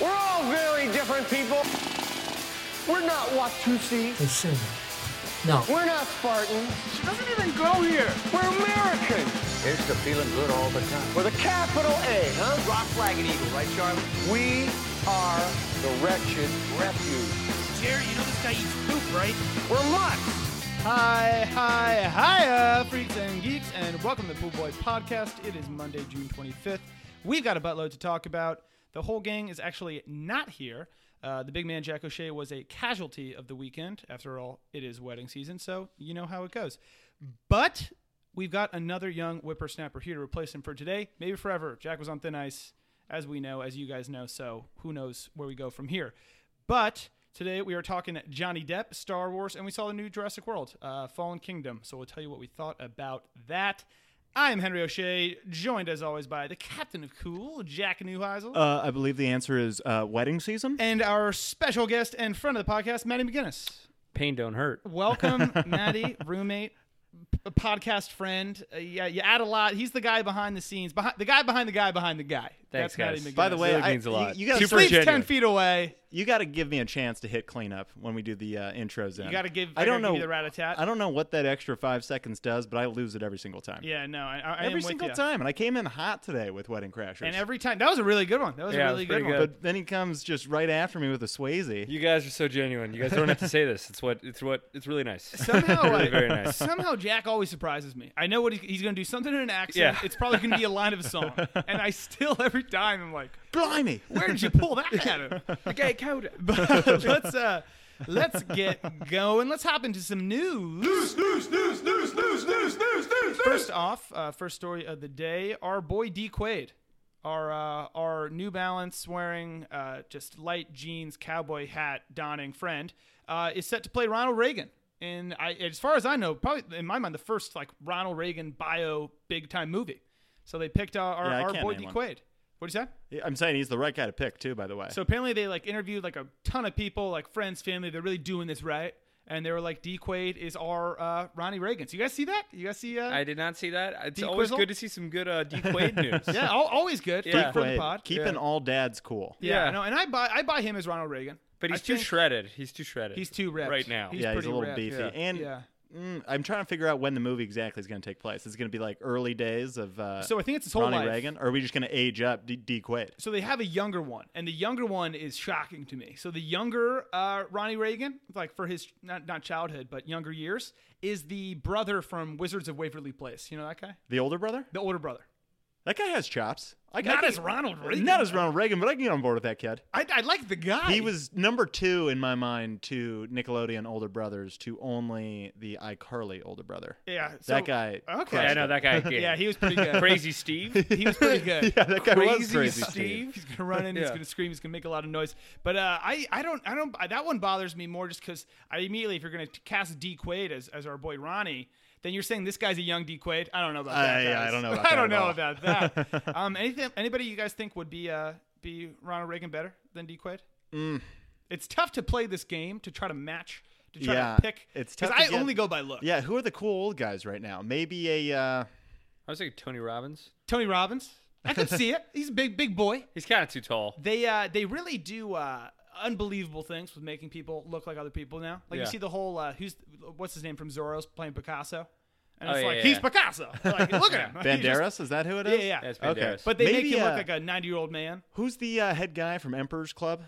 We're all very different people. We're not Watusi. They should No. We're not Spartan. She doesn't even go here. We're American. Here's to feeling good all the time. With a capital A, huh? Rock, flag, and eagle, right, Charlie? We are the wretched refuge. Jerry, you know this guy eats poop, right? We're mutts. Hi, hi, hiya, freaks and geeks, and welcome to Pool Boys Podcast. It is Monday, June 25th. We've got a buttload to talk about. The whole gang is actually not here. Uh, the big man Jack O'Shea was a casualty of the weekend. After all, it is wedding season, so you know how it goes. But we've got another young whippersnapper here to replace him for today, maybe forever. Jack was on thin ice, as we know, as you guys know, so who knows where we go from here. But today we are talking Johnny Depp, Star Wars, and we saw the new Jurassic World, uh, Fallen Kingdom. So we'll tell you what we thought about that. I'm Henry O'Shea, joined as always by the captain of cool, Jack Neuheisel, Uh, I believe the answer is uh, wedding season. and our special guest and friend of the podcast, Maddie McGinnis. Pain don't hurt. Welcome, Maddie, roommate, p- podcast friend. Uh, yeah, you add a lot. He's the guy behind the scenes, behind the guy behind the guy behind the guy. Thanks, That's Maddie guys. McGinnis. By the way, Really I, means a lot. You, you gotta, Super sleeps ten genuine. feet away. you gotta give me a chance to hit cleanup when we do the uh, intros. In. You gotta give- I I don't gotta give know you the rat-a-tat. I don't know what that extra five seconds does, but I lose it every single time. Yeah, no, I, I I am every with single ya. time. And I came in hot today with wedding crashers. And every time, that was a really good one. That was Yeah, a it really was good, pretty one. good. but then he comes just right after me with a Swayze. You guys are so genuine. You guys don't have to say this. It's what it's what it's really nice. Somehow, really I- very nice. somehow Jack always surprises me. I know what he, he's going to do. Something in an accent. Yeah. It's probably going to be a line of a song. And I still every time I'm like, Blimey! where did you pull that out of? the gay code. But let's uh, let's get going. Let's hop into some news. News, news, news, news, news, news, news, news. First off, uh, first story of the day: our boy D Quaid, our uh, our New Balance wearing uh, just light jeans, cowboy hat donning friend, uh, is set to play Ronald Reagan. And I, as far as I know, probably in my mind, the first like Ronald Reagan bio big time movie. So they picked uh, our, Yeah, I our can't boy name D one. Quaid. What'd you say? I'm saying he's the right guy to pick too. By the way, So apparently they like interviewed like a ton of people, like friends, family. They're really doing this right, and they were like, "D Quaid is our uh, Ronnie Reagan." So you guys see that? You guys see? Uh, I did not see that. It's Deke always Wizzle? good to see some good uh, Deke Quaid news. yeah, al- always good. Yeah. Free for the Quaid, pod. keeping all dads cool. yeah, Yeah. no, and I buy I buy him as Ronald Reagan, but I he's too think shredded. He's too shredded. He's too ripped right now. He's yeah, he's pretty a little ripped. beefy. Yeah. And Yeah. mm, I'm trying to figure out when the movie exactly is going to take place. Is it going to be like early days of uh, So I think it's his whole Ronnie life. Reagan, or are we just going to age up D, D Quaid? So they have a younger one, and the younger one is shocking to me. So the younger uh, Ronnie Reagan, like for his not not childhood but younger years, is the brother from Wizards of Waverly Place. You know that guy, The older brother? the older brother. That guy has chops. I, Not I can- as Ronald Reagan, Not as though. Ronald Reagan, but I can get on board with that kid. I, I like the guy. He was number two in my mind to Nickelodeon older brothers to only the iCarly older brother. yeah. so- that guy. Okay. Yeah, I crushed know it. that guy. Yeah, he was pretty good. crazy Steve. he was pretty good. Yeah, that guy was Crazy crazy. Steve. He's gonna run in. He's Yeah. gonna scream. He's gonna make a lot of noise. But uh, I, I don't, I don't. That one bothers me more just because I immediately, if you're gonna cast D Quaid as, as our boy Ronnie, then you're saying this guy's a young D Quaid. I don't know about that. Uh, I- guys. I don't know about I that don't at know all. about that. um, anything, anybody you guys think would be uh be Ronald Reagan better than D Quaid? Mm. It's tough to play this game to try to match to try Yeah, to pick. it's because tough to I get- only go by look. Yeah, who are the cool old guys right now? Maybe a. Uh, I was thinking Tony Robbins. Tony Robbins. I could see it. He's a big big boy. He's kind of too tall. They uh, they really do uh, unbelievable things with making people look like other people now. Like Yeah. you see the whole uh, who's what's his name from Zorro's playing Picasso, and Oh, it's yeah, like yeah, he's yeah. Picasso. Like, look at him. He Banderas? just- is that who it yeah, is? yeah. That's Okay. Banderas. But they Maybe, make him uh, look like a ninety year old man. Who's the uh, head guy from Emperor's Club?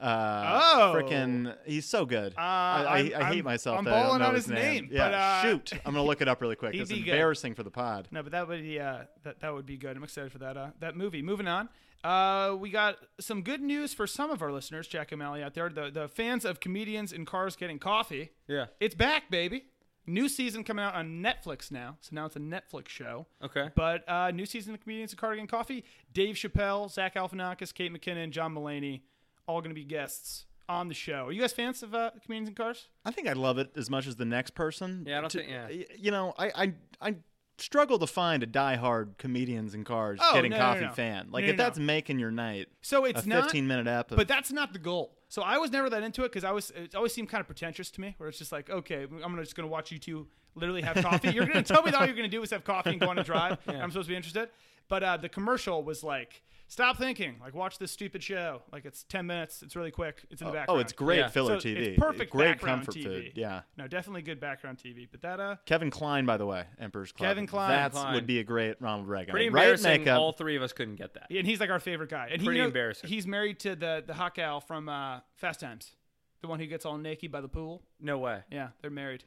Uh, Oh. Uh, freaking! He's so good. I, I, I'm- I hate I'm- myself. I'm that I don't balling know on his his name. name, Yeah, but, uh, shoot! I'm gonna look it up really quick. he'd It's be good. embarrassing for the pod. No, but that would be uh, that that would be good. I'm excited for that uh, that movie. Moving on, uh, we got some good news for some of our listeners, Jack O'Malley out there, the the fans of comedians in cars getting coffee. Yeah. it's back, baby. New season coming out on Netflix now, so now it's a Netflix show. Okay. but uh, new season of comedians in cars getting coffee. Dave Chappelle, Zach Galifianakis, Kate McKinnon, John Mulaney, all going to be guests on the show. Are you guys fans of uh, comedians in cars? I think I love it as much as the next person. Yeah, I don't To- think- yeah. y- You know, I, I I struggle to find a diehard comedians in cars Oh, getting no, no, coffee no. fan. Like No, no, if that's no. making your night. So it's a not- 15 minute app. Of, But that's not the goal. So I was never that into it because I was it always seemed kind of pretentious to me, where it's just like, okay, I'm gonna- just gonna watch you two literally have coffee. you're gonna tell me that all you're gonna do is have coffee and go on a drive. and I'm supposed to be interested. But uh, the commercial was like stop thinking. Like, watch this stupid show. Like, it's 10 minutes. It's really quick. It's in the background. Oh, it's great Yeah. So filler TV. It's perfect Great background comfort TV. food. Yeah. No, definitely good background TV. But that, uh, Kevin Klein, by the way, Emperor's Club. Kevin Kline. That Kline. would be a great Ronald Reagan. Pretty right embarrassing. makeup. All three of us couldn't get that. and he's like our favorite guy. And he, Pretty you know, embarrassing. He's married to the, the hot gal from uh, Fast Times, the one who gets all naked by the pool. No way. Yeah, they're married.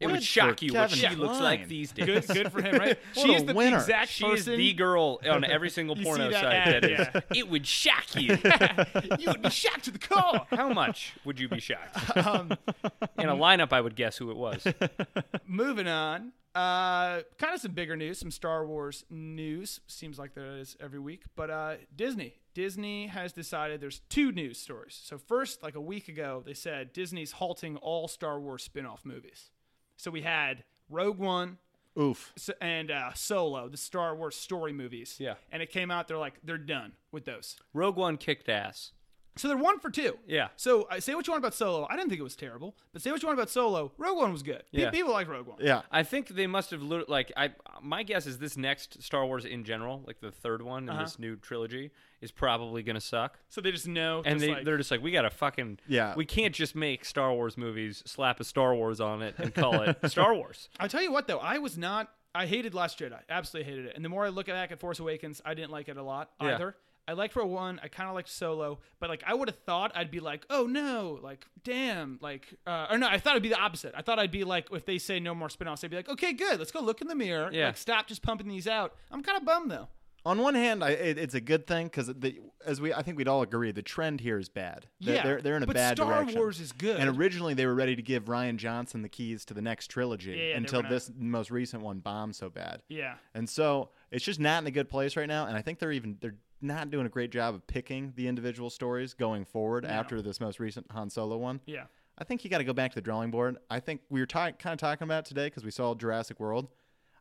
It Good would shock for you what Kevin she looks like Kline. these days. Good, good for him, right? What she a is the winner. exact She is person. the girl on every single You see porno that site. ad, that is. yeah. It would shock you. you would be shocked to the core. How much would you be shocked? Um, In a lineup, I would guess who it was. Moving on. Uh, kind of some bigger news, some Star Wars news. Seems like there is every week, but uh, Disney. Disney has decided there's two news stories. So first, like a week ago, they said Disney's halting all Star Wars spin-off movies. So we had Rogue One, Oof. S- and uh, Solo, the Star Wars story movies. Yeah. And it came out, they're like, they're done with those. Rogue One kicked ass. So they're one for two. Yeah. So uh, say what you want about Solo. I didn't think it was terrible, but say what you want about Solo. Rogue One was good. Pe- Yeah. People like Rogue One. Yeah. I think they must have lit- like I. My guess is this next Star Wars in general, like the third one Uh-huh. in this new trilogy, is probably gonna suck. So they just know. just And they like, they're just like we gotta fucking Yeah. We can't just make Star Wars movies, slap a Star Wars on it, and call it Star Wars. I'll tell you what, though. I was not. I hated Last Jedi. Absolutely hated it. And the more I look back at Force Awakens, I didn't like it a lot Yeah. either. I liked Rogue One. I kind of liked Solo, but like I would have thought I'd be like, oh no, like damn, like uh, or no, I thought it'd be the opposite. I thought I'd be like, if they say no more spin-offs, I'd be like, okay, good, let's go look in the mirror. Yeah. Like stop just pumping these out. I'm kind of bummed though. On one hand, I, it, it's a good thing because as we, I think we'd all agree, the trend here is bad. They're, Yeah, they're, they're in a but bad Star direction. Wars is good. And originally, they were ready to give Ryan Johnson the keys to the next trilogy they were until not- this most recent one bombed so bad. Yeah. And so it's just not in a good place right now. And I think they're even they're not doing a great job of picking the individual stories going forward after this most recent Han Solo one. Yeah. I think you got to go back to the drawing board. I think we were ta- kind of talking about it today because we saw Jurassic World.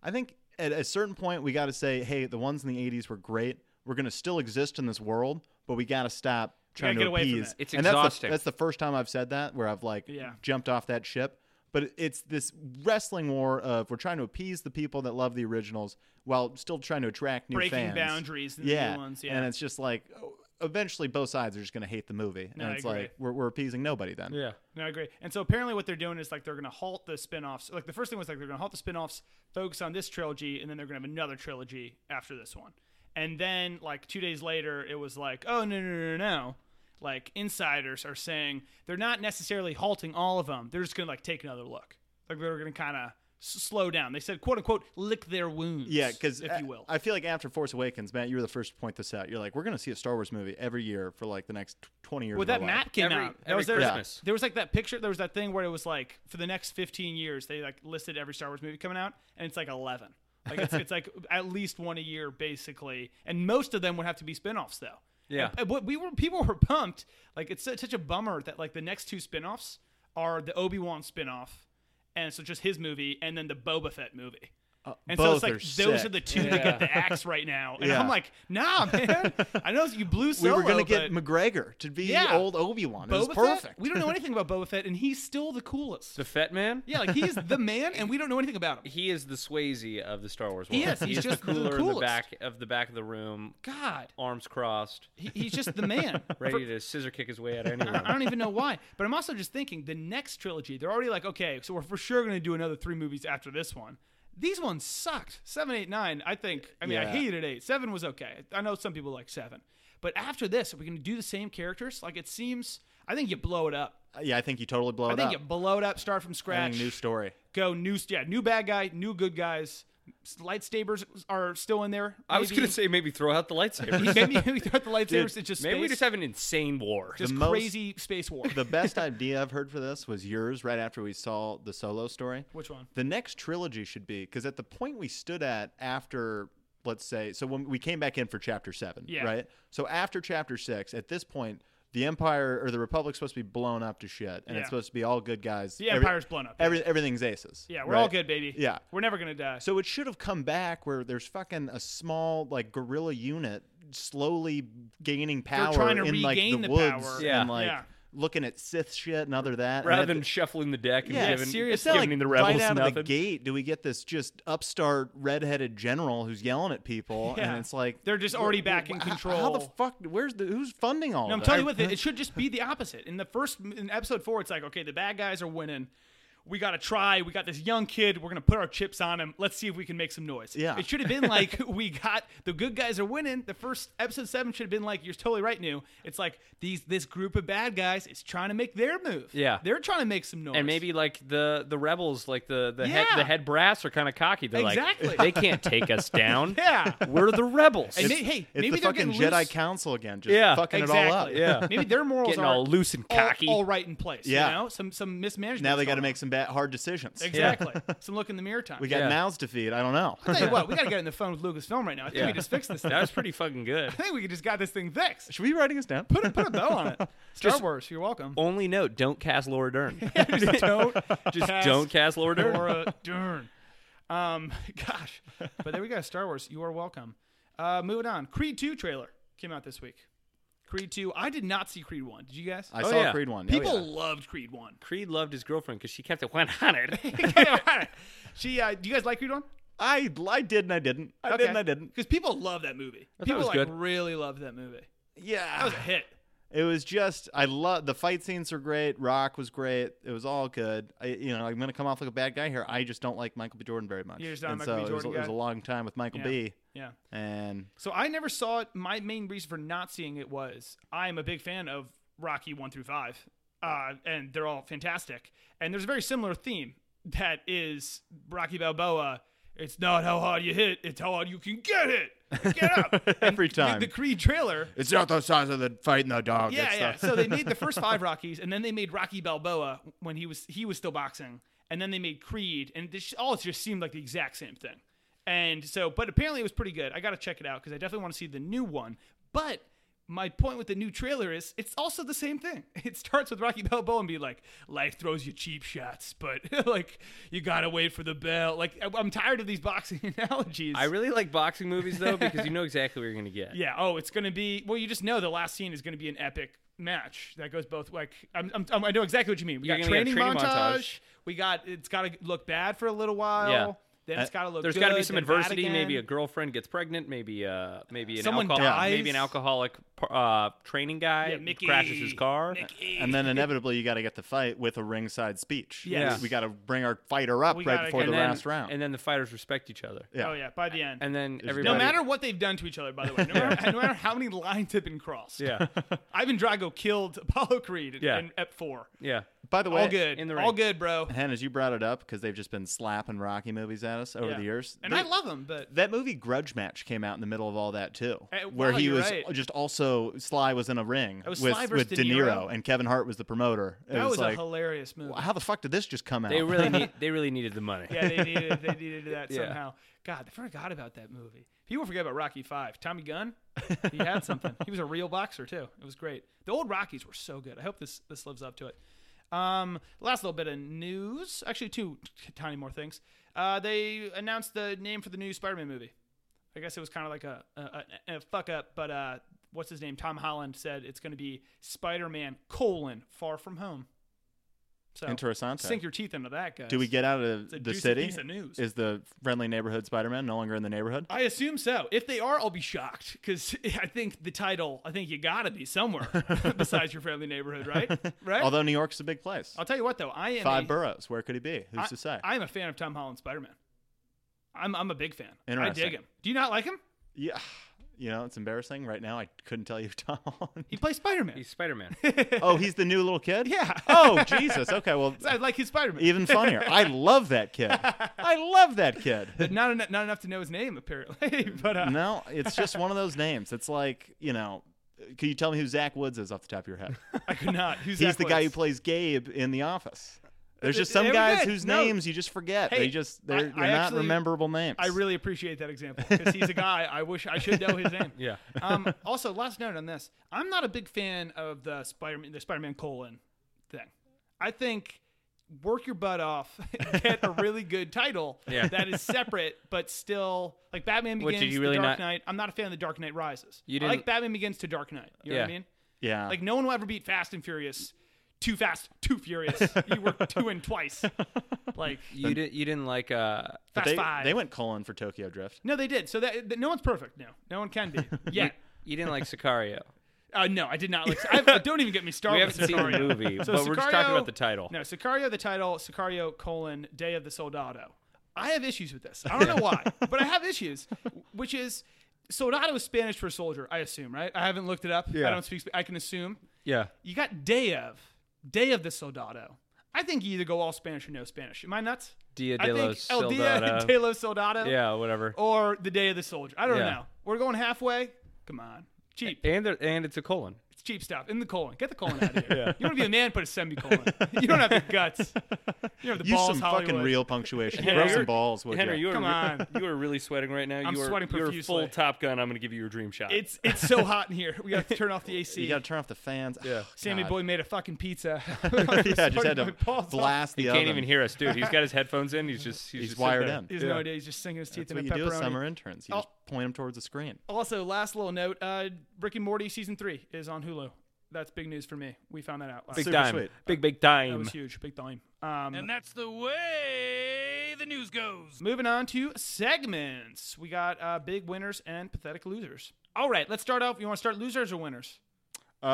I think at a certain point we got to say, hey, the ones in the '80s were great. We're going to still exist in this world, but we got to stop trying to get away from appease. that. It's and that's the- exhausting. That's the, first time I've said that where I've like Yeah. jumped off that ship. But it's this wrestling war of we're trying to appease the people that love the originals while still trying to attract new Breaking fans. boundaries in the new yeah. ones, yeah. and it's just like oh, eventually both sides are just going to hate the movie, I and it's agree. like we're, we're appeasing nobody then. Yeah. No, I agree. And so apparently what they're doing is like they're gonna halt the spin-offs. Like the first thing was like they're gonna halt the spin-offs, focus on this trilogy, and then they're gonna have another trilogy after this one. And then like two days later, it was like, oh no no no no no. Like insiders are saying they're not necessarily halting all of them. They're just gonna like take another look. Like they're gonna kind of slow down. They said quote unquote lick their wounds. Yeah, because if you will. I feel like after Force Awakens, Matt, you were the first to point this out. You're like, we're gonna see a Star Wars movie every year for like the next tw- twenty years. Well, of that our life. map came Every- out. That every was there, Christmas. there was like that picture. There was that thing where it was like for the next 15 years they like listed every Star Wars movie coming out, and it's like 11. Like it's, it's like at least one a year basically, and most of them would have to be spinoffs though. Yeah. And- and what we were people were pumped. Like it's such such a bummer that like the next two spinoffs are the Obi Wan spinoff, and so just his movie, and then the Boba Fett movie. and so both it's like are those are sick. the two that get the axe right now, and Yeah. I'm like, nah, man. I know you blew we solo. were gonna get but- McGregor to be Yeah. old Obi Wan. It was Boba perfect. Fett? We don't know anything about Boba Fett, and he's still the coolest. The Fett Man. yeah, like he's the man, and we don't know anything about him. He is the Swayze of the Star Wars world. He is. He's just the the cooler in coolest. the back of the back of the room, God, arms crossed, he, he's just the man. ready to scissor kick his way out I of anyone. don't even know why, but I'm also just thinking the next trilogy. They're already like, okay, so we're for sure going to do another three movies after this one. These ones sucked. Seven, eight, nine. I think. I mean, I Yeah. hated eight. Seven was okay. I know some people like seven, but after this, are we going to do the same characters? Like it seems. I think you blow it up. yeah, I think you totally blow I it think up. you blow it up. Start from I scratch. think new story. go new yeah new bad guy new good guys lightsabers are still in there I was maybe. gonna say maybe throw out the lightsabers. maybe we throw out the lightsabers it's just Maybe we space, just have an insane war. just The most- crazy space war The best idea I've heard for this was yours right after we saw the solo story. Which one? The next trilogy should be because at the point we stood at after, let's say, so when we came back in for chapter seven, Yeah. right? So after chapter six, at this point, the empire or the republic's supposed to be blown up to shit, and Yeah. it's supposed to be all good guys. The Empire's blown up, yeah. Every, everything's aces. yeah we're all right? good baby Yeah. we're never gonna die So it should have come back where there's fucking a small like guerrilla unit slowly gaining power trying to in like regain the, the woods power. Yeah. and like Yeah. looking at Sith shit and other that. and rather at than the- shuffling the deck and yeah, giving, seriously. it's not giving like the rebels right out nothing. of the gate do we get this just upstart redheaded general who's yelling at people, Yeah. and it's like They're just already back in Wh- how- control. How the fuck? Where's the who's funding all? No, I'm of telling that? you what, it, it should just be the opposite. In the first, in episode four, it's like, okay, the bad guys are winning. We got to try. We got this young kid. We're going to put our chips on him. Let's see if we can make some noise. Yeah. It should have been like, we got the good guys are winning. The first episode seven should have been like, you're totally right, new. It's like, these this group of bad guys is trying to make their move. Yeah. They're trying to make some noise. and maybe like the the rebels, like the the head Yeah. the head brass are kind of cocky. They're Exactly. like they can't take us down. Yeah. We're the rebels. And may- hey, It's maybe the they're fucking getting Jedi loose. Council again, just Yeah, fucking it all up. Exactly. Yeah. Maybe their morals Getting are all loose and all- cocky. all right in place. Yeah. You know, some some mismanagement. Now they got to make some bad, hard decisions. exactly some look in the mirror time. We got Yeah. mouths to feed. I don't know. I tell you what, we got to get on the phone with Lucasfilm right now. I think we Yeah. just fixed this. Thing. that was pretty fucking good. I think we just got this thing fixed. Should we be writing this down? Put a, put a bow on it. Star Just- Wars, you're welcome. Only note: don't cast Laura Dern. just don't, Just don't cast Laura Dern. Laura Dern. Um, gosh, but there we go. Star Wars, you are welcome. Uh, moving on. Creed two trailer came out this week. Creed two. I did not see Creed one. Did you guys? I Oh, saw yeah. Creed one. Oh, People yeah. loved Creed one. Creed loved his girlfriend because she kept it 100. she. Uh, do you guys like Creed one? I I did and I didn't. I did and I didn't. Because people love that movie. thought it People was like good. really loved that movie. That Yeah, was a hit. it was just I love the fight scenes are great. Rock was great. It was all good. I, you know, I'm gonna come off like a bad guy here. I just don't like Michael B. Jordan very much. You're just not a and Michael so B. it was, Jordan it was guy? a long time with Michael B. Yeah. And So I never saw it. My main reason for not seeing it was I am a big fan of Rocky one through five, uh, and they're all fantastic. And there's a very similar theme that is Rocky Balboa. It's not how hard you hit; it's how hard you can get hit. Get up And Every the- time. The, Creed trailer. it's not the size of the fighting the dog. Yeah, it's yeah. the- So they made the first five Rockies, and then they made Rocky Balboa when he was he was still boxing, and then they made Creed, and this all just seemed like the exact same thing. And so, but apparently it was pretty good. I got to check it out because I definitely want to see the new one. But my point with the new trailer is it's also the same thing. It starts with Rocky Balboa and be like, life throws you cheap shots, but like you gotta wait for the bell. Like I- I'm tired of these boxing analogies. I really like boxing movies though because you know exactly what you're gonna get. Yeah. Oh, it's gonna be. Well, you just know the last scene is gonna be an epic match that goes both. Like, I'm, I'm, I'm- i know exactly what you mean. We You're got gonna get a training, training montage, montage. We got. It's gotta look bad for a little while. Yeah. Uh, Then it's gotta look. There's got to be some adversity. Maybe a girlfriend gets pregnant. Maybe uh maybe an Someone alcohol- dies. maybe an alcoholic uh training guy Yeah, Mickey, crashes his car. Mickey. And then inevitably, you got to get the fight with a ringside speech. Yes. We, got to bring our fighter up We right gotta before get- the and then, last round. And then the fighters respect each other. yeah. Oh yeah. By the end. And then no everybody. matter what they've done to each other, by the way, no matter, no matter how many lines have been crossed. Yeah. Ivan Drago killed Apollo Creed in, Yeah. in Ep Four. Yeah. By the way, All good. in the All ring. good, bro. Han, as you brought it up, because they've just been slapping Rocky movies at us over Yeah. the years. And They- I love him, but that movie Grudge Match came out in the middle of all that too, Eh, where wow, he you're was right. just also Sly was in a ring was with Sly versus with De Niro. and Kevin Hart was the promoter. It that was, like, a hilarious movie. how the fuck did this just come out? They really need. They really needed the money. Yeah, they needed they needed that Yeah. somehow. God, they forgot about that movie. People forget about Rocky Five. Tommy Gunn, he had something. He was a real boxer too. It was great. The old Rockies were so good. I hope this this lives up to it. Um, last little bit of news. Actually, two t- tiny more things. Uh, they announced the name for the new Spider-Man movie. I guess it was kind of like a, a, a, a fuck up, but uh, what's his name? Tom Holland said it's going to be Spider-Man colon Far From Home. So Interessante. Sink your teeth into that, guys. Do we get out of a the juicy city? piece of news. Is the friendly neighborhood Spider-Man no longer in the neighborhood? I assume so. If they are, I'll be shocked because I think the title. I think you gotta be somewhere besides your friendly neighborhood, right? Right. Although New York's a big place, I'll tell you what, though, I am five a, boroughs. Where could he be? Who's I, to say? I am a fan of Tom Holland Spider Man. I'm I'm a big fan. I Interesting. dig him. Do you not like him? Yeah, you know it's embarrassing. Right now, I couldn't tell you, Tom. He plays Spider Man. He's Spider Man. oh, he's the new little kid. Yeah. Oh Jesus. Okay. Well, I like his Spider Man. even funnier. I love that kid. I love that kid. Not enough, not enough to know his name apparently, but uh, No, it's just one of those names. It's like you know. Can you tell me who Zach Woods is off the top of your head? I could not. Who's He's Zach the guy who Woods? plays Gabe in The Office. There's just They some were guys good. whose No. names you just forget. Hey, they just they're, I- they're I not actually- rememberable names. I really appreciate that example because he's a guy I wish I should know his name. Yeah. Um, also, last note on this: I'm not a big fan of the Spider-Man, the Spider-Man colon thing. I think work your butt off, get a really good title Yeah. that is separate but still like Batman What, Begins did to you really Dark not- Knight. I'm not a fan of the Dark Knight Rises. You I like didn't- Batman Begins to Dark Knight. You know what I Yeah. mean? Yeah. Like no one will ever beat Fast and Furious. Too fast, too furious. you were two and twice. Like You didn't. You didn't like. Uh, Fast they, Five. they went colon for Tokyo Drift. No, they did. So that, that- no one's perfect. No, no one can be. Yeah. you didn't like Sicario. Uh, no, I did not like. I, don't even get me started. We with haven't seen Oh, Sicario. the movie, So but we're just talking Sicario- about the title. No, Sicario the title, Sicario colon Day of the Soldado. I have issues with this. I don't know why, but I have issues, which is Soldado is Spanish for soldier, I assume, right? I haven't looked it up. I Yeah. don't speak. Sp- I can assume. Yeah. You got Day of, Day of the Soldado. I think you either go all Spanish or no Spanish. Am I nuts? Dia I de think los El Dia Oh, Soldado. de los Soldado. Yeah. Whatever. Or the Day of the Soldier. I don't Yeah. know. We're going halfway. Come on. Cheap. And there, and it's a colon. It's cheap stuff. In the colon. Get the colon out of here. You want to be a man, put a semicolon. you don't have the guts. You don't have the Use balls, some fucking Hollywood. real punctuation. Yeah, Throw you're- some balls. Would Henry, you? you are Come on. you are really sweating right now. I'm you are, sweating you're profusely. full Top Gun. I'm going to give you your dream shot. It's it's so hot in here. We got to turn off the AC. You got to turn off the fans. Yeah. Sammy Boy made a fucking pizza. yeah, I just had to blast the he oven. can't even hear us, dude. He's got his headphones in. He's just he's, He's just wired sitting in. He has no idea. He's just sinking his teeth That's in what a you do with pepperoni. Oh. summer interns. You just point them towards the screen. Also, last little note: uh, Rick and Morty season three is on Hulu. That's big news for me. We found that out. Last Big Super dime. sweet. Big big That dime. was huge. Big time. Um, And that's the way the news goes. Moving on to segments. We got uh, big winners and pathetic losers. All right, let's start off. You want to start losers or winners?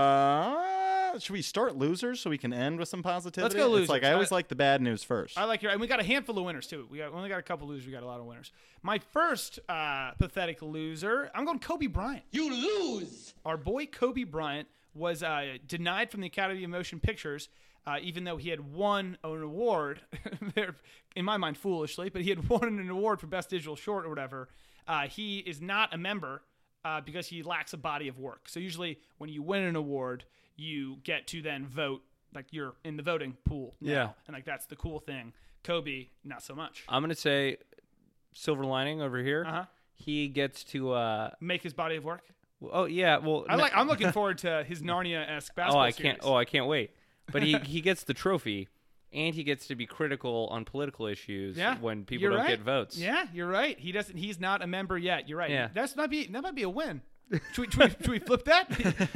Uh, should we start losers so we can end with some positivity? losers. It's like I always I- like the bad news first. I like your. And we got a handful of winners too. We got we only got a couple losers. We got a lot of winners. My first uh, pathetic loser. I'm going Kobe Bryant. You lose. Our boy Kobe Bryant was uh, denied from the Academy of Motion Pictures. Uh, even though he had won an award, there- in my mind foolishly, but he had won an award for best digital short or whatever. Uh, he is not a member uh, because he lacks a body of work. So usually, when you win an award, you get to then vote, like you're in the voting pool. now. Yeah. and like that's the cool thing. Kobe, not so much. I'm going to say silver lining over here. Uh-huh. He gets to uh Make his body of work. oh yeah, well I like. I'm looking forward to his Narnia-esque Oh, basketball. I can't series. oh, I can't wait. But he he gets the trophy and he gets to be critical on political issues Yeah, when people you're don't right. get votes. Yeah, you're right. He doesn't. He's not a member yet. You're right. Yeah. That's might be. That might be a win. should, we, should, we, should we flip that?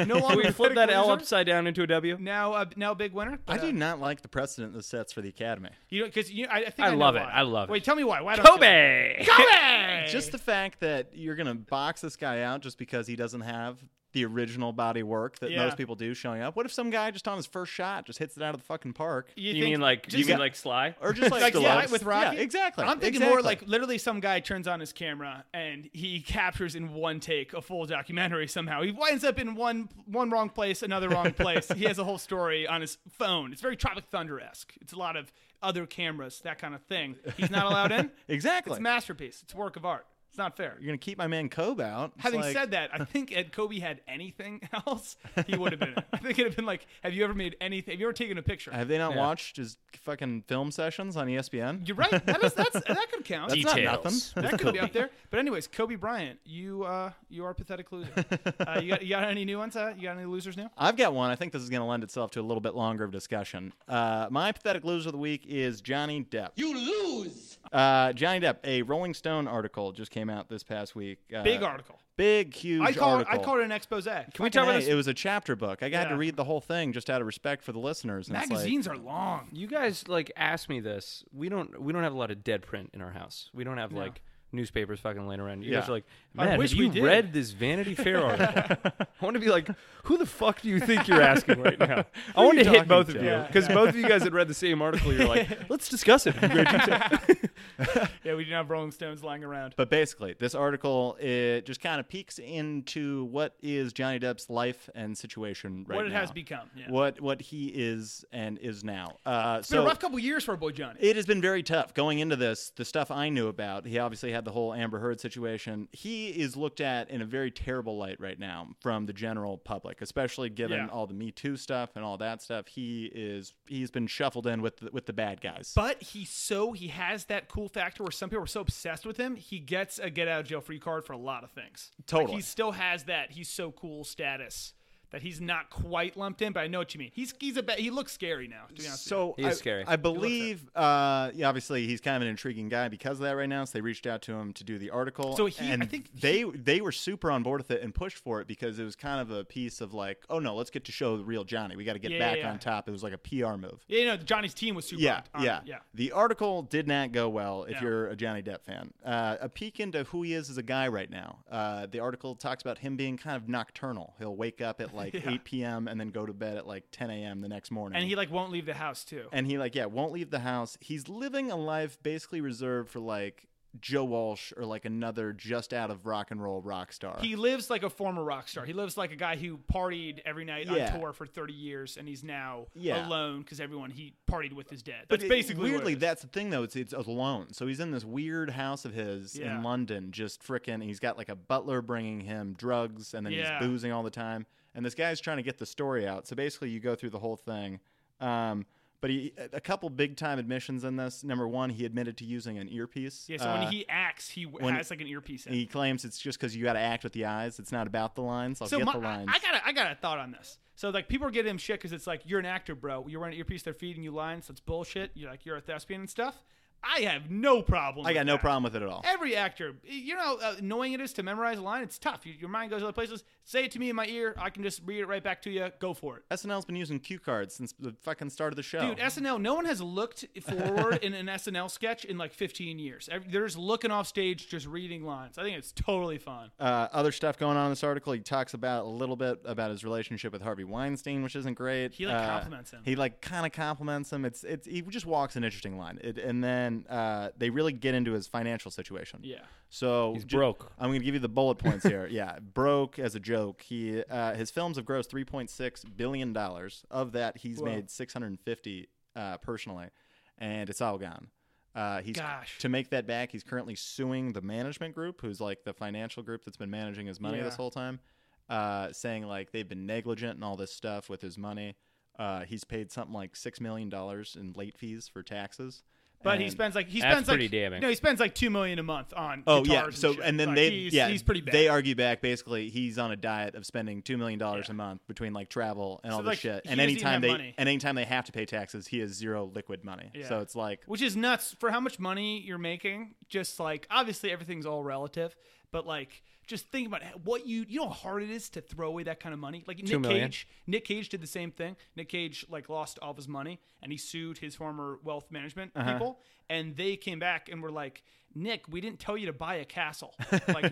No longer We flip political that L loser? upside down into a W. Now, uh, now, a big winner. I but, uh, do not like the precedent this sets for the academy. You know, because you. I, I think I know love it. why. I love it. Wait, tell me why. Why don't you- Kobe. Kobe. Just the fact that you're going to box this guy out just because he doesn't have the original body work that Yeah. most people do showing up. What if some guy just on his first shot just hits it out of the fucking park? You, think- mean like you just- mean like Sly? Or just like, like Stallone. yeah, with Rocky? Yeah, exactly. I'm thinking exactly. more like literally some guy turns on his camera and he captures in one take a full documentary somehow. He winds up in one one wrong place, another wrong place. he has a whole story on his phone. It's very Tropic Thunder esque. It's a lot of other cameras, that kind of thing. He's not allowed in. exactly. It's a masterpiece. It's a work of art. It's not fair. you're going to keep my man Kobe out. It's Having like- said that, I think had Kobe had anything else, he would have been. in. I think it'd have been like, have you ever made anything? Have you ever taken a picture? have they not watched his fucking film sessions on E ESPN? You're right. That, is, that's, that could count. It's not Details. nothing. that could be up there. But anyways, Kobe Bryant, you uh, you are a pathetic loser. Uh, you, got, you got any new ones? Uh, you got any losers now? I've got one. I think this is going to lend itself to a little bit longer of discussion. Uh, my pathetic loser of the week is Johnny Depp. You lose. Uh, Johnny Depp. A Rolling Stone article just came out this past week. Uh, Big article. Big, huge I call it, article. I call it an expose. Can we talk about this? It was a chapter book. I had Yeah. to read the whole thing just out of respect for the listeners. And it's like- Magazines are long. You guys like asked me this. We don't we don't have a lot of dead print in our house. We don't have like newspapers fucking laying around. You guys Yeah. are like, I man, wish have we you did." read this Vanity Fair article? I want to be like, who the fuck do you think you're asking right now? I want you to hit talking both to? of you Yeah. because both of you guys had read the same article. You're like, let's discuss it. in great detail." Yeah, we didn't have Rolling Stones lying around. But basically, this article it just kind of peeks into what is Johnny Depp's life and situation right What it now. has become, yeah. What what he is and is now. Uh, It's been so a rough couple years for our boy Johnny. It has been very tough going into this. The stuff I knew about, he obviously had the whole Amber Heard situation. He is looked at in a very terrible light right now from the general public, especially given Yeah. all the Me Too stuff and all that stuff. He is he's been shuffled in with the, with the bad guys. But he's so he has that cool factor where some people are so obsessed with him, he gets a get out of jail free card for a lot of things. Like, Totally. he still has that he's so cool status that he's not quite lumped in, but I know what you mean. He's he's a ba- he looks scary now. To be honest, with So He is I- scary. I believe, uh, yeah, obviously, he's kind of an intriguing guy because of that right now. So they reached out to him to do the article. So he- I and think he- they they were super on board with it and pushed for it because it was kind of a piece of like, oh no, let's get to show the real Johnny. We got to get Yeah, back yeah, yeah. on top. It was like a PR move. you. yeah, you know Johnny's team was super. Yeah, on- on it. yeah, yeah. The article did not go well. If No. you're a Johnny Depp fan, uh, a peek into who he is as a guy right now. Uh, the article talks about him being kind of nocturnal. He'll wake up at like 8 p.m. and then go to bed at like 10 a.m. the next morning. And he like won't leave the house too. and he like yeah won't leave the house he's living a life basically reserved for like joe walsh or like another just out of rock and roll rock star He lives like a former rock star. He lives like a guy who partied every night Yeah. on tour for 30 years, and he's now Yeah. alone because everyone he partied with is dead. But That's it- basically what it weirdly is. that's the thing though it's it's alone so he's in this weird house of his Yeah. in london just frickin' he's got like a butler bringing him drugs and then Yeah. he's boozing all the time and this guy's trying to get the story out so basically you go through the whole thing um but he a couple big time admissions in this number one he admitted to using an earpiece Yeah, so Uh, when he acts, he w- when- has like an earpiece in. He claims it's just because you got to act with the eyes. It's not about the lines. I'll so get my, the lines. I, I got a, I got a thought on this. So like people are getting him shit because it's like you're an actor, bro. You're wearing an earpiece. They're feeding you lines. That's bullshit. You're like you're a thespian and stuff. I have no problem. I with got no that. problem with it at all. Every actor, you know, how annoying it is to memorize a line. It's tough. Your, your mind goes other places. Say it to me in my ear. I can just read it right back to you. Go for it. SNL's been using cue cards since the fucking start of the show. Dude, SNL, no one has looked forward in an SNL sketch in like 15 years. Every- They're just looking off stage, just reading lines. I think it's totally fun. uh, other stuff going on in this article. He talks about a little bit about his relationship with Harvey Weinstein, which isn't great. He, like, Uh, compliments him. He like kind of compliments him. It's it's he just walks an interesting line. It, and then uh, they really get into his financial situation. Yeah. So He's broke. I'm going to give you the bullet points here. yeah, broke as a joke. He uh, his films have grossed 3.6 billion dollars. Of that, he's made 650 uh, personally, and it's all gone. Uh, he's Gosh. to make that back. He's currently suing the management group, who's like the financial group that's been managing his money this Yeah. whole time, uh, saying like they've been negligent and all this stuff with his money. Uh, he's paid something like six million dollars in late fees for taxes. But he And- spends like he That's spends like pretty damning. no, he spends like two million a month on. Oh guitars yeah. So shit. and then Like, they he's, yeah he's pretty bad. They argue back. Basically, he's on a diet of spending two million dollars a month between like travel and all like, this shit. he And doesn't even have anytime they money. and anytime they have to pay taxes, he has zero liquid money. Yeah. So it's like which is nuts for how much money you're making. Just like obviously everything's all relative, but like just think about what you you know how hard it is to throw away that kind of money. Like Nick million. Cage, Nick Cage did the same thing. Nick Cage like lost all of his money and he sued his former wealth management Uh-huh. people, and they came back and were like. Nick, we didn't tell you to buy a castle. Like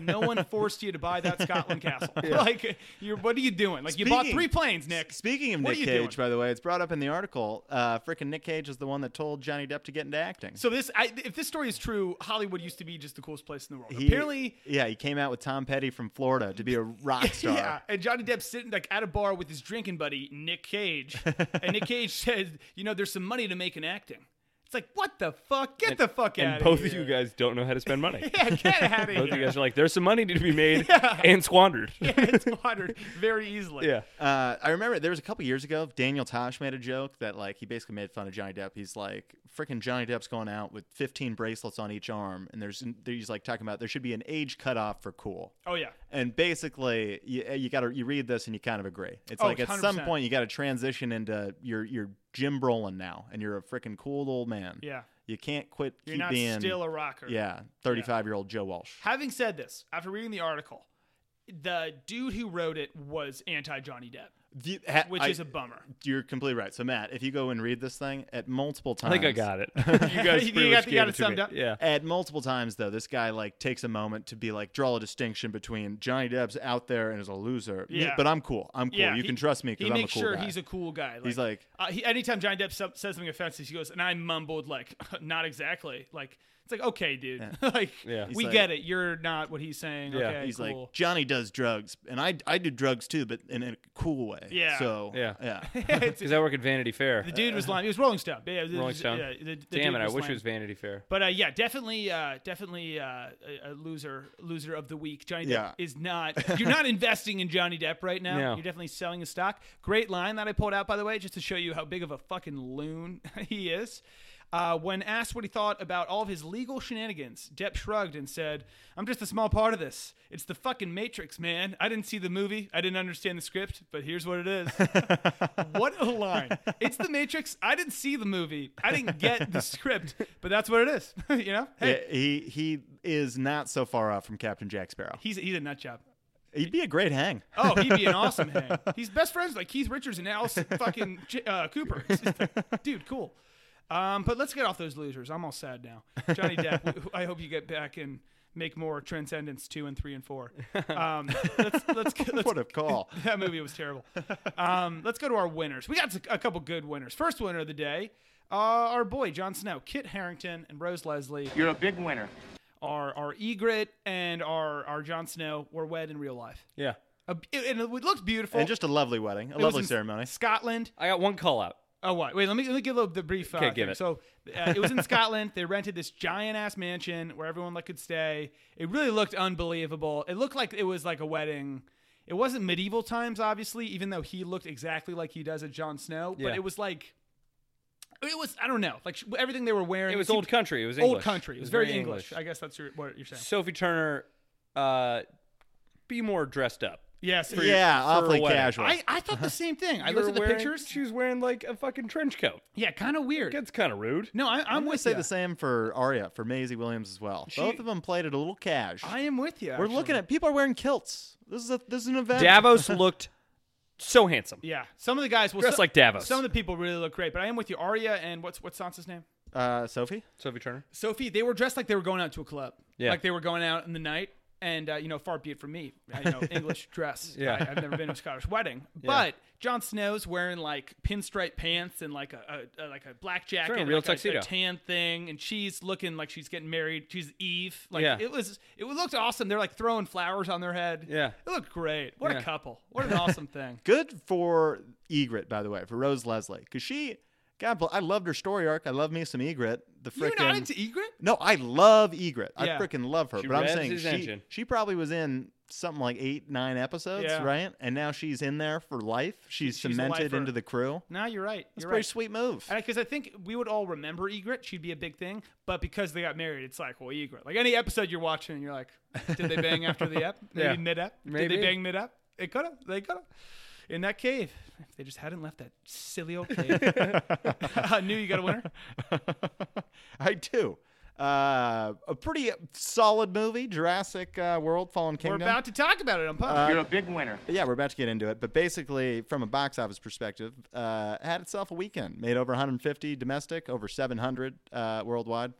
no one forced you to buy that Scotland castle. Like you're, what are you doing? Like you bought Speaking- three planes, Nick. Speaking of What are Nick you doing? Cage, by the way, it's brought up in the article. Uh, Freaking Nick Cage is the one that told Johnny Depp to get into acting. So this, I, if this story is true, Hollywood used to be just the coolest place in the world. He- Apparently, yeah, he came out with Tom Petty from Florida to be a rock star. yeah. And Johnny Depp's sitting like at a bar with his drinking buddy Nick Cage, and Nick Cage says, "You know, there's some money to make in acting." It's like, what the fuck? Get the fuck out And of both here! of you guys don't know how to spend money. yeah, get out of Both of you here! guys are like, there's some money to be made and squandered. it's watered very easily. yeah. Uh, I remember there was a couple years ago, Daniel Tosh made a joke that like he basically made fun of Johnny Depp. He's like, freaking Johnny Depp's going out with 15 bracelets on each arm, and there's he's like talking about there should be an age cutoff for cool. Oh yeah. And basically, you, you gotta you read this and you kind of agree. It's Oh, like at some 100%. point you got to transition into you're you're Jim Brolin now, and you're a freaking cool old man. Yeah. you can't quit. You're keep not being, still a rocker. yeah 35 year old Joe Walsh. Having said this, after reading the article, the dude who wrote it was anti Johnny Depp, The- ha- which I- is a bummer. You're completely right. So Matt, if you go and read this thing at multiple I times, think I got it. you guys You pretty got- much you got gave it it to summed me. up? Yeah. At multiple times though, this guy like takes a moment to be like draw a distinction between Johnny Depp's out there and is a loser, Me- Yeah. but I'm cool. I'm cool. Yeah, you he- can trust me because He I'm a makes cool sure guy. he's a cool guy. Like, He's like- uh, he, anytime Johnny Depp so- says something offensive, he goes, and I mumbled like, not exactly. Like it's like, okay, dude, like Yeah. we He's like- get it. You're not what he's saying. Yeah. okay, He's cool. like Johnny does drugs, and I I do drugs too, but in a cool way. Yeah. So Yeah. yeah. It's- Because I work at Vanity Fair. the dude was lying. He was Rolling Stone. Yeah, the- Rolling Stone. Yeah, the- the Damn dude it! I wish lying. it was Vanity Fair. But uh, yeah, definitely, uh, definitely uh, a, a loser, loser of the week. Johnny Depp Yeah. is not. You're not investing in Johnny Depp right now. No. You're definitely selling his stock. Great line that I pulled out, by the way, just to show you how big of a fucking loon he is. Uh, when asked what he thought about all of his legal shenanigans, Depp shrugged and said, I'm just a small part of this. It's the fucking Matrix, man. I didn't see the movie. I didn't understand the script, but here's what it is. what a line. It's the Matrix. I didn't see the movie. I didn't get the script, but that's what it is. you know? Hey, Yeah, he he is not so far off from Captain Jack Sparrow. he's, he's a nut job. He'd be a great hang. Oh, he'd be an awesome hang. He's best friends with, like Keith Richards and Alice fucking J- uh, Cooper. It's just like, dude, cool. Um, but let's get off those losers. I'm all sad now. Johnny Depp, w- w- I hope you get back and make more Transcendence two and three and four. Um, let's let's get- let's What a call. that movie was terrible. Um, let's go to our winners. We got s- a couple good winners. First winner of the day, uh, our boy Jon Snow, Kit Harrington, and Rose Leslie. You're a big winner. Our our Egret and our our Jon Snow were wed in real life. Yeah. A, it, and it looked beautiful. And just a lovely wedding, a It was lovely in ceremony. Scotland. I got one call out. Oh, what? Wait, let me, let me give a little, the brief. Uh, Okay, give thing. it. So uh, it was in Scotland. They rented this giant ass mansion where everyone like could stay. It really looked unbelievable. It looked like it was like a wedding. It wasn't medieval times, obviously, even though he looked exactly like he does at Jon Snow. Yeah. But it was like, it was I don't know, like sh- everything they were wearing. It was seemed- old country. It was English. old country. It was, very English. I guess that's your, what you're saying. Sophie Turner, uh, be more dressed up. Yes. yeah, for a awfully wedding. casual. I, I thought the same thing. I You looked were at the wearing- pictures. She was wearing like a fucking trench coat. Yeah, kind of weird. That's kind of rude. No, I, I'm, I'm gonna with say you. the same for Aria, for Maisie Williams as well. Both of them played it a little cash. I am with you. We're looking at people are wearing kilts. This is a this is an event. Davos looked so handsome. Yeah, some of the guys will Dressed some- like Davos. Some of the people really look great, but I am with you. Arya and what's what's Sansa's name? uh, Sophie. Sophie Turner. Sophie. They were dressed like they were going out to a club. Yeah. like they were going out in the night. And uh, you know, far be it from me, I, you know, English dress. Yeah. I, have never been to a Scottish wedding, but Jon Snow's wearing like pinstripe pants and like a, a, a like a black jacket, a and, real like, tuxedo. a tan thing, and she's looking like she's getting married. She's Eve. Like Yeah. it was, it looked awesome. They're like throwing flowers on their head. Yeah. it looked great. What Yeah. a couple! What an awesome thing. Good for Egret, by the way, for Rose Leslie, because she, God, bl- I loved her story arc. I love me some Egret. The You're frickin' not into Egret? no, I love Egret. Yeah. I frickin' love her. She but I'm revs saying his she engine. she probably was in something like eight nine episodes, Yeah. right? And now she's in there for life. She's, she's a cemented lifer. into the crew. No, you're right. It's a you're pretty right. sweet move. Because I think we would all remember Egret. She'd be a big thing. But because they got married, it's like, well, Egret. Like any episode you're watching, and you're like, did they bang after the ep? Maybe Yeah. mid ep? Did Maybe. they bang mid ep? They could have. They could have. In that cave. If they just hadn't left that silly old cave. I knew you got a winner. I do. Uh, a pretty solid movie, Jurassic uh, World: Fallen We're Kingdom. about to talk about it. I'm pumped. Uh, yeah, we're about to get into it, but basically, from a box office perspective, uh, had itself a weekend. Made over 150 domestic, over 700 uh, worldwide.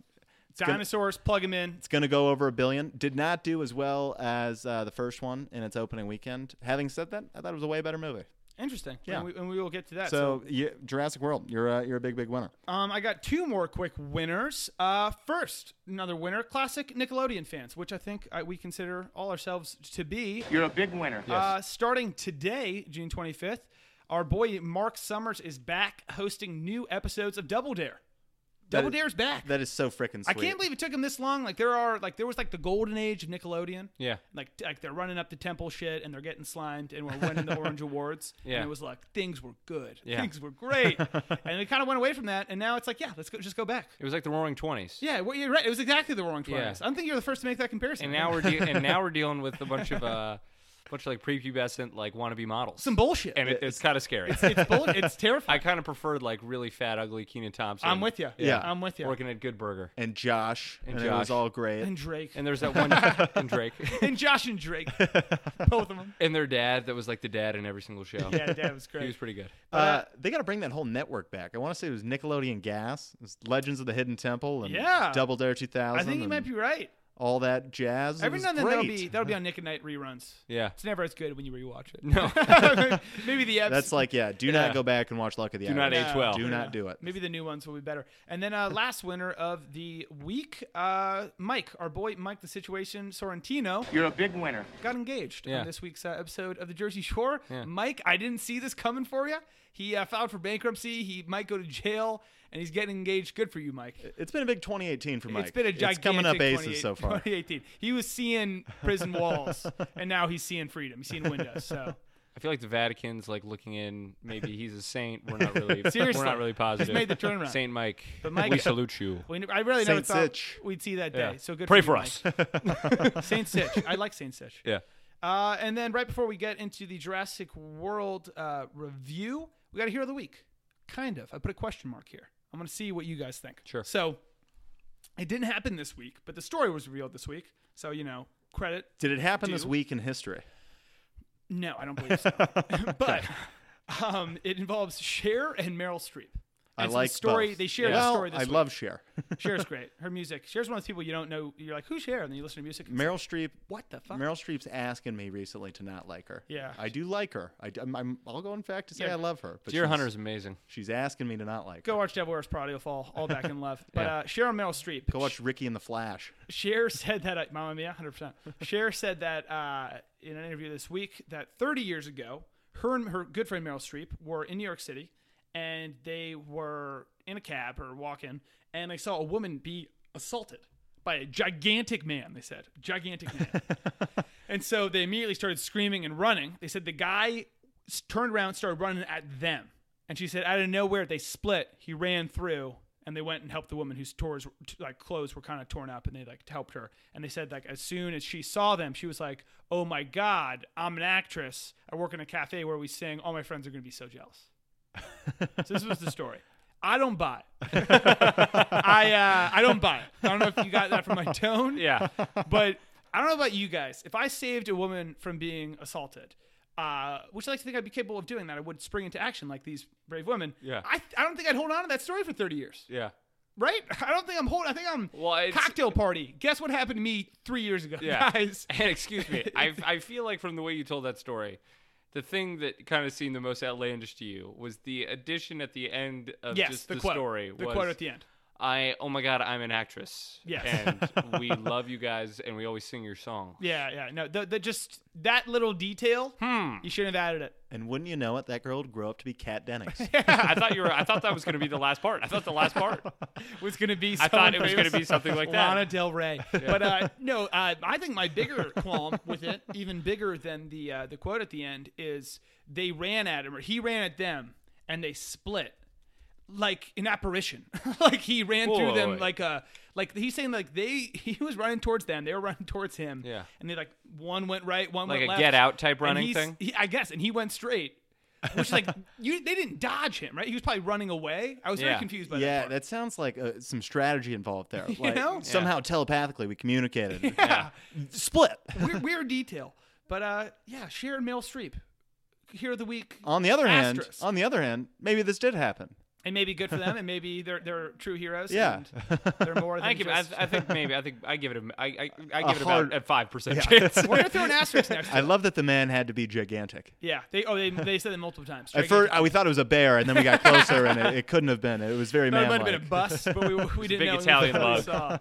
Dinosaurs, plug 'em in. It's going to go over a billion. Did not do as well as uh, the first one in its opening weekend. Having said that, I thought it was a way better movie. Interesting. Yeah. And we, and we will get to that. So, you, Jurassic World, you're uh, you're a big big winner. Um, I got two more quick winners. Uh, first, another winner, classic Nickelodeon fans, which I think uh, we consider all ourselves to be. You're a big winner. Uh, starting today, June 25th, our boy Mark Summers is back hosting new episodes of Double Dare. Double is- Dare's back. That is so freaking sweet. I can't believe it took him this long. Like there are like there was like the golden age of Nickelodeon. Yeah. Like t- like they're running up the temple shit and they're getting slimed and we're winning the orange awards. Yeah. And it was like things were good. Yeah. Things were great. and we kind of went away from that and now it's like, yeah, let's go just go back. It was like the Roaring Twenties. Yeah, well, you're right. It was exactly the roaring 20s. Yeah. I don't think you're the first to make that comparison. And now we're de- and now we're dealing with a bunch of uh, bunch of like prepubescent like wannabe models. some bullshit. and it, it's kind of scary. it's bull- it's terrifying. I kind of preferred like really fat, ugly Keenan Thompson. I'm with you. Yeah. I'm with you. Working at Good Burger, And Josh, and, it Josh. was all great. And Drake. and there's that one and Drake and Josh and Drake. Both of them. and their dad that was like the dad in every single show. Yeah, that was great. he was pretty good. Uh, they got to bring that whole network back. I want to say it was Nickelodeon Gas, it was Legends of the Hidden Temple, and Yeah. Double Dare 2000. I think you and might be right. all that jazz. It Every was now and then that'll great. be that'll be on Nick and Night reruns. Yeah. It's never as good when you rewatch it. No. Maybe the eps. That's like yeah. Do Yeah. not go back and watch Luck of the Do not Irish. age well. Do not do it. Maybe the new ones will be better. And then uh, last winner of the week, uh, Mike, our boy Mike, the situation Sorrentino. You're a big winner. Got engaged Yeah. on this week's uh, episode of the Jersey Shore. Mike, I didn't see this coming for you. He uh, filed for bankruptcy. He might go to jail, and he's getting engaged. Good for you, Mike. It's been a big 2018 for Mike. It's been a gigantic It's coming up aces 28 so far. 2018. He was seeing prison walls, and now he's seeing freedom. He's seeing windows. So I feel like the Vatican's like looking in. Maybe he's a saint. We're not really. Seriously. we're not really He's positive. made the turnaround. Saint Mike, But Mike- we salute you. We, I really never Saint thought Sitch. we'd see that day. Yeah. So good. Pray you, for Mike. us. Saint Sitch. I like Saint Sitch. yeah. Uh, and then right before we get into the Jurassic World uh, review, we got a hero of the week. Kind of. I put a question mark here. I'm going to see what you guys think. Sure. So it didn't happen this week, but the story was revealed this week. So, you know, credit. Did it happen this Do. week in history? No, I don't believe so. but um, it involves Cher and Meryl Streep. I And so the like story. both. They shared the Well, story this I week. love Cher. Cher's great. Her music. Cher's one of those people you don't know. You're like, who's Cher? And then you listen to music. and it's Meryl Streep. What the fuck? Meryl Streep's asking me recently to not like her. Yeah. I do like her. I, am I'll go in fact to say Yeah. I love her. But Deer she's- Hunter's amazing. She's asking me to not like Go her. watch Devil Wears Prada. You'll fall all back in love. But uh, Cher and Meryl Streep. Go watch Ricky and the Flash. Cher said that, at, Mamma Mia, 100%. Cher said that uh, in an interview this week that 30 years ago, her and her good friend Meryl Streep were in New York City and they were in a cab or walking and they saw a woman be assaulted by a gigantic man, they said. Gigantic man. and so they immediately started screaming and running. They said the guy s- turned around and started running at them. And she said, out of nowhere, they split. He ran through, and they went and helped the woman whose tours, t- like clothes, were kind of torn up, and they like helped her. And they said, like as soon as she saw them, she was like, "Oh my god, I'm an actress. I work in a cafe where we sing. All my friends are going to be so jealous." so this was the story. I don't buy. It. I uh, I don't buy it. I don't know if you got that from my tone. Yeah. But I don't know about you guys. If I saved a woman from being assaulted, uh, which I like to think I'd be capable of doing that, I would spring into action like these brave women. Yeah. I, I don't think I'd hold on to that story for 30 years, Yeah. right? I don't think I'm holding. I think I'm Well, it's- cocktail party. Guess what happened to me three years ago, Yeah. guys? And excuse me, I I feel like from the way you told that story, the thing that kind of seemed the most outlandish to you was the addition at the end of Yes, just the, the, quote. story. The was, quote at the end. I oh my god, I'm an actress. Yes. And we love you guys, and we always sing your song. Yeah, yeah. No, the, the just that little detail. Hmm. You shouldn't have added it. And wouldn't you know it, that girl would grow up to be Kat Dennings. I thought you were. I thought that was going to be the last part. I thought the last part. It was gonna be. I thought it was someone going to famous. be something like that. Lana Del Rey. But uh, no, uh, I think my bigger qualm with it, even bigger than the uh, the quote at the end, is they ran at him or he ran at them and they split like an apparition. like he ran Whoa, through whoa, them wait. like a like he's saying like they he was running towards them, they were running towards him. Yeah. And they like one went right, one Like went a left. Get Out type And running he's- thing? he- I guess, and he went straight. Which is like you, they didn't dodge him, right? He was probably running away. I was very Yeah. confused by that. yeah, part. that sounds like uh, some strategy involved there. Like, know? Somehow telepathically we communicated. Split. weird, weird detail. But uh, yeah, Sharon Meryl Streep, here of the week, On the other Asterisk. hand, on the other hand, maybe this did happen. and maybe good for them, and maybe they're they're true heroes. Yeah. and they're more than I, give, it- just. I, I think maybe I think I give it a I, I, I give it hard- about a five percent chance. We're gonna throw an asterisk next. I Time. love that the man had to be gigantic. Yeah, they oh they, they said it multiple times. At first, I, we thought it was a bear, and then we got closer, and it, it couldn't have been. It was very Thought man. it might have been a bus, but we, we didn't big know. Italian until we lug. saw.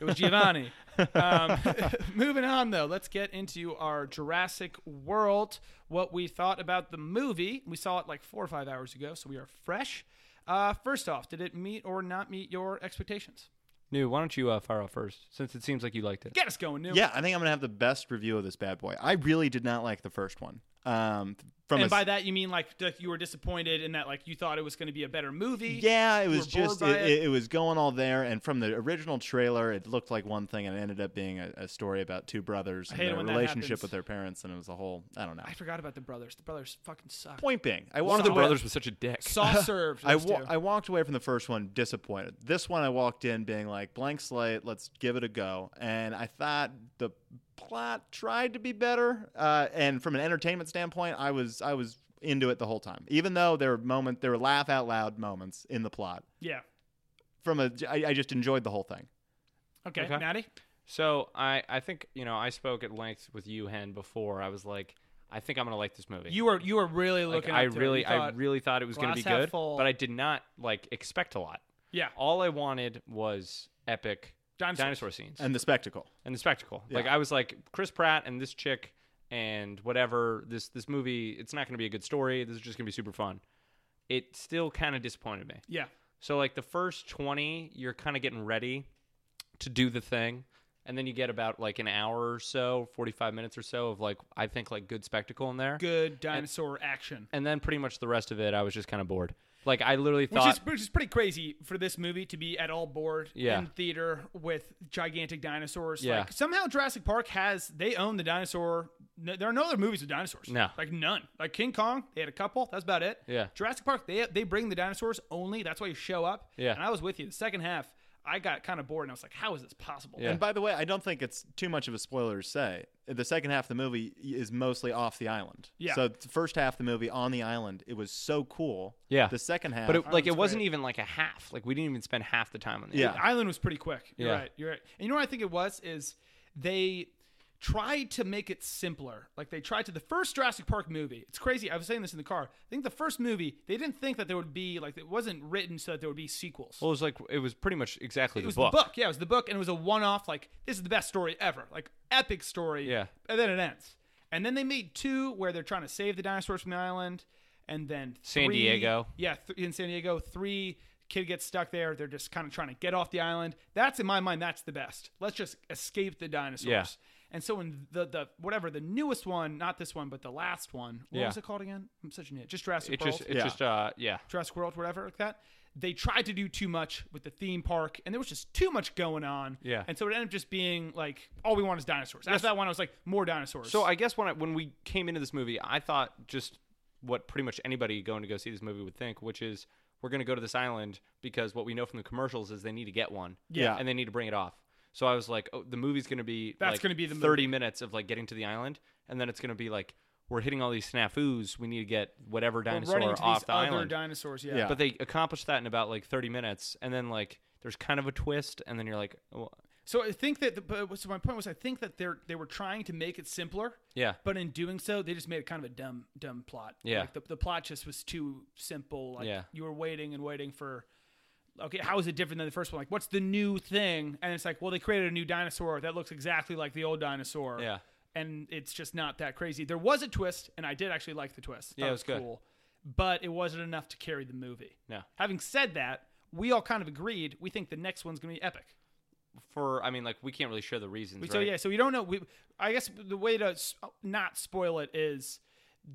It was Giovanni. Um, moving on though, let's get into our Jurassic World. What we thought about the movie. We saw it like four or five hours ago, so we are fresh. Uh, first off, did it meet or not meet your expectations? New, why don't you uh, fire off first? Since it seems like you liked it. Get us going, new. Yeah, I think I'm gonna have the best review of this bad boy. I really did not like the first one. Um, from a And s- by that you mean like, like you were disappointed in that like you thought it was going to be a better movie. yeah, it you was were bored just by it, it? it. it was going all there, and from the original trailer, it looked like one thing, and it ended up being a, a story about two brothers and hate it their when that relationship happens. with their parents, and it was a whole I don't know. I forgot about the brothers. The brothers fucking suck. Point being, I One of walked the away- brothers was such a dick. Saw served. I, those wa- two. I walked away from the first one disappointed. This one I walked in being like blank slate, let's give it a go. And I thought the plot tried to be better. Uh, and from an entertainment standpoint, I was I was into it the whole time. Even though there were moment there were laugh out loud moments in the plot. yeah. From a I, I just enjoyed the whole thing. Okay, Okay. Maddie. So I, I think you know I spoke at length with you, Hen, before. I was like, I think I'm gonna like this movie. You were you were really like, looking. I up to it. really You thought- I really thought it was gonna be glass half good, full. but I did not like expect a lot. yeah. All I wanted was epic Dinosaurs. dinosaur scenes. And the spectacle. and the spectacle. Like I was like Chris Pratt and this chick and whatever this this movie. It's not going to be a good story. This is just going to be super fun. It still kind of disappointed me. Yeah. So like the first 20, you're kind of getting ready to do the thing. and then you get about like an hour or so, 45 minutes or so of like I think like good spectacle in there. Good dinosaur action. And then pretty much the rest of it I was just kind of bored. Like I literally thought which is, which is pretty crazy for this movie to be at all bored Yeah. in theater with gigantic dinosaurs. Yeah. Like somehow Jurassic Park has they own the dinosaur. no- there are no other movies with dinosaurs. No. like none. Like King Kong, they had a couple. That's about it. Yeah. Jurassic Park, they they bring the dinosaurs only. That's why you show up. Yeah. And I was with you the second half. I got kind of bored and I was like, how is this possible? Yeah. And by the way, I don't think it's too much of a spoiler to say. The second half of the movie is mostly off the island. Yeah. So the first half of the movie on the island, it was so cool. Yeah. The second half, but it, like it Island's wasn't great. even like a half. Like we didn't even spend half the time on the Yeah. The Island was pretty quick. You're Yeah. right. You're right. And you know what I think it was is they tried to make it simpler. Like they tried to the first Jurassic Park movie. It's crazy. I was saying this in the car. I think the first movie they didn't think that there would be like it wasn't written so that there would be sequels. Well, it was like it was pretty much exactly it was the book. the book. Yeah, it was the book, and it was a one-off. Like this is the best story ever. Like epic story. Yeah. And then it ends. And then they made two where they're trying to save the dinosaurs from the island, and then San three- Diego. Yeah, th- in San Diego, three kid gets stuck there. They're just kind of trying to get off the island. That's in my mind. That's the best. Let's just escape the dinosaurs. Yeah. And so in the the whatever the newest one, not this one, but the last one. What Yeah. was it called again? I'm such an idiot. Just Jurassic It World. just it Yeah. just uh yeah. Jurassic World, whatever like that. They tried to do too much with the theme park, and there was just too much going on. Yeah. and so it ended up just being like all we want is dinosaurs. After that one, I was like more dinosaurs. So I guess when I, when we came into this movie, I thought just what pretty much anybody going to go see this movie would think, which is we're going to go to this island because what we know from the commercials is they need to get one, Yeah. and they need to bring it off. So I was like, oh, the movie's going to be That's like gonna be the thirty minutes of like getting to the island, and then it's going to be like we're hitting all these snafus. We need to get whatever We're dinosaur running to off these the other island. dinosaurs. Yeah. Yeah. But they accomplished that in about like thirty minutes, and then like there's kind of a twist, and then you're like, oh, So I think that, the, but so my point was, I think that they're they were trying to make it simpler. Yeah. But in doing so, they just made it kind of a dumb dumb plot. Yeah. Like the, the plot just was too simple. Like Yeah. you were waiting and waiting for. Okay, how is it different than the first one? Like, what's the new thing? And it's like, well, they created a new dinosaur that looks exactly like the old dinosaur. Yeah. And it's just not that crazy. There was a twist, and I did actually like the twist. Thought Yeah, it was good. Cool, but it wasn't enough to carry the movie. No. Having said that, we all kind of agreed we think the next one's going to be epic. for I mean like we can't really share the reasons. So right? yeah, so we don't know. We, I guess the way to s- not spoil it is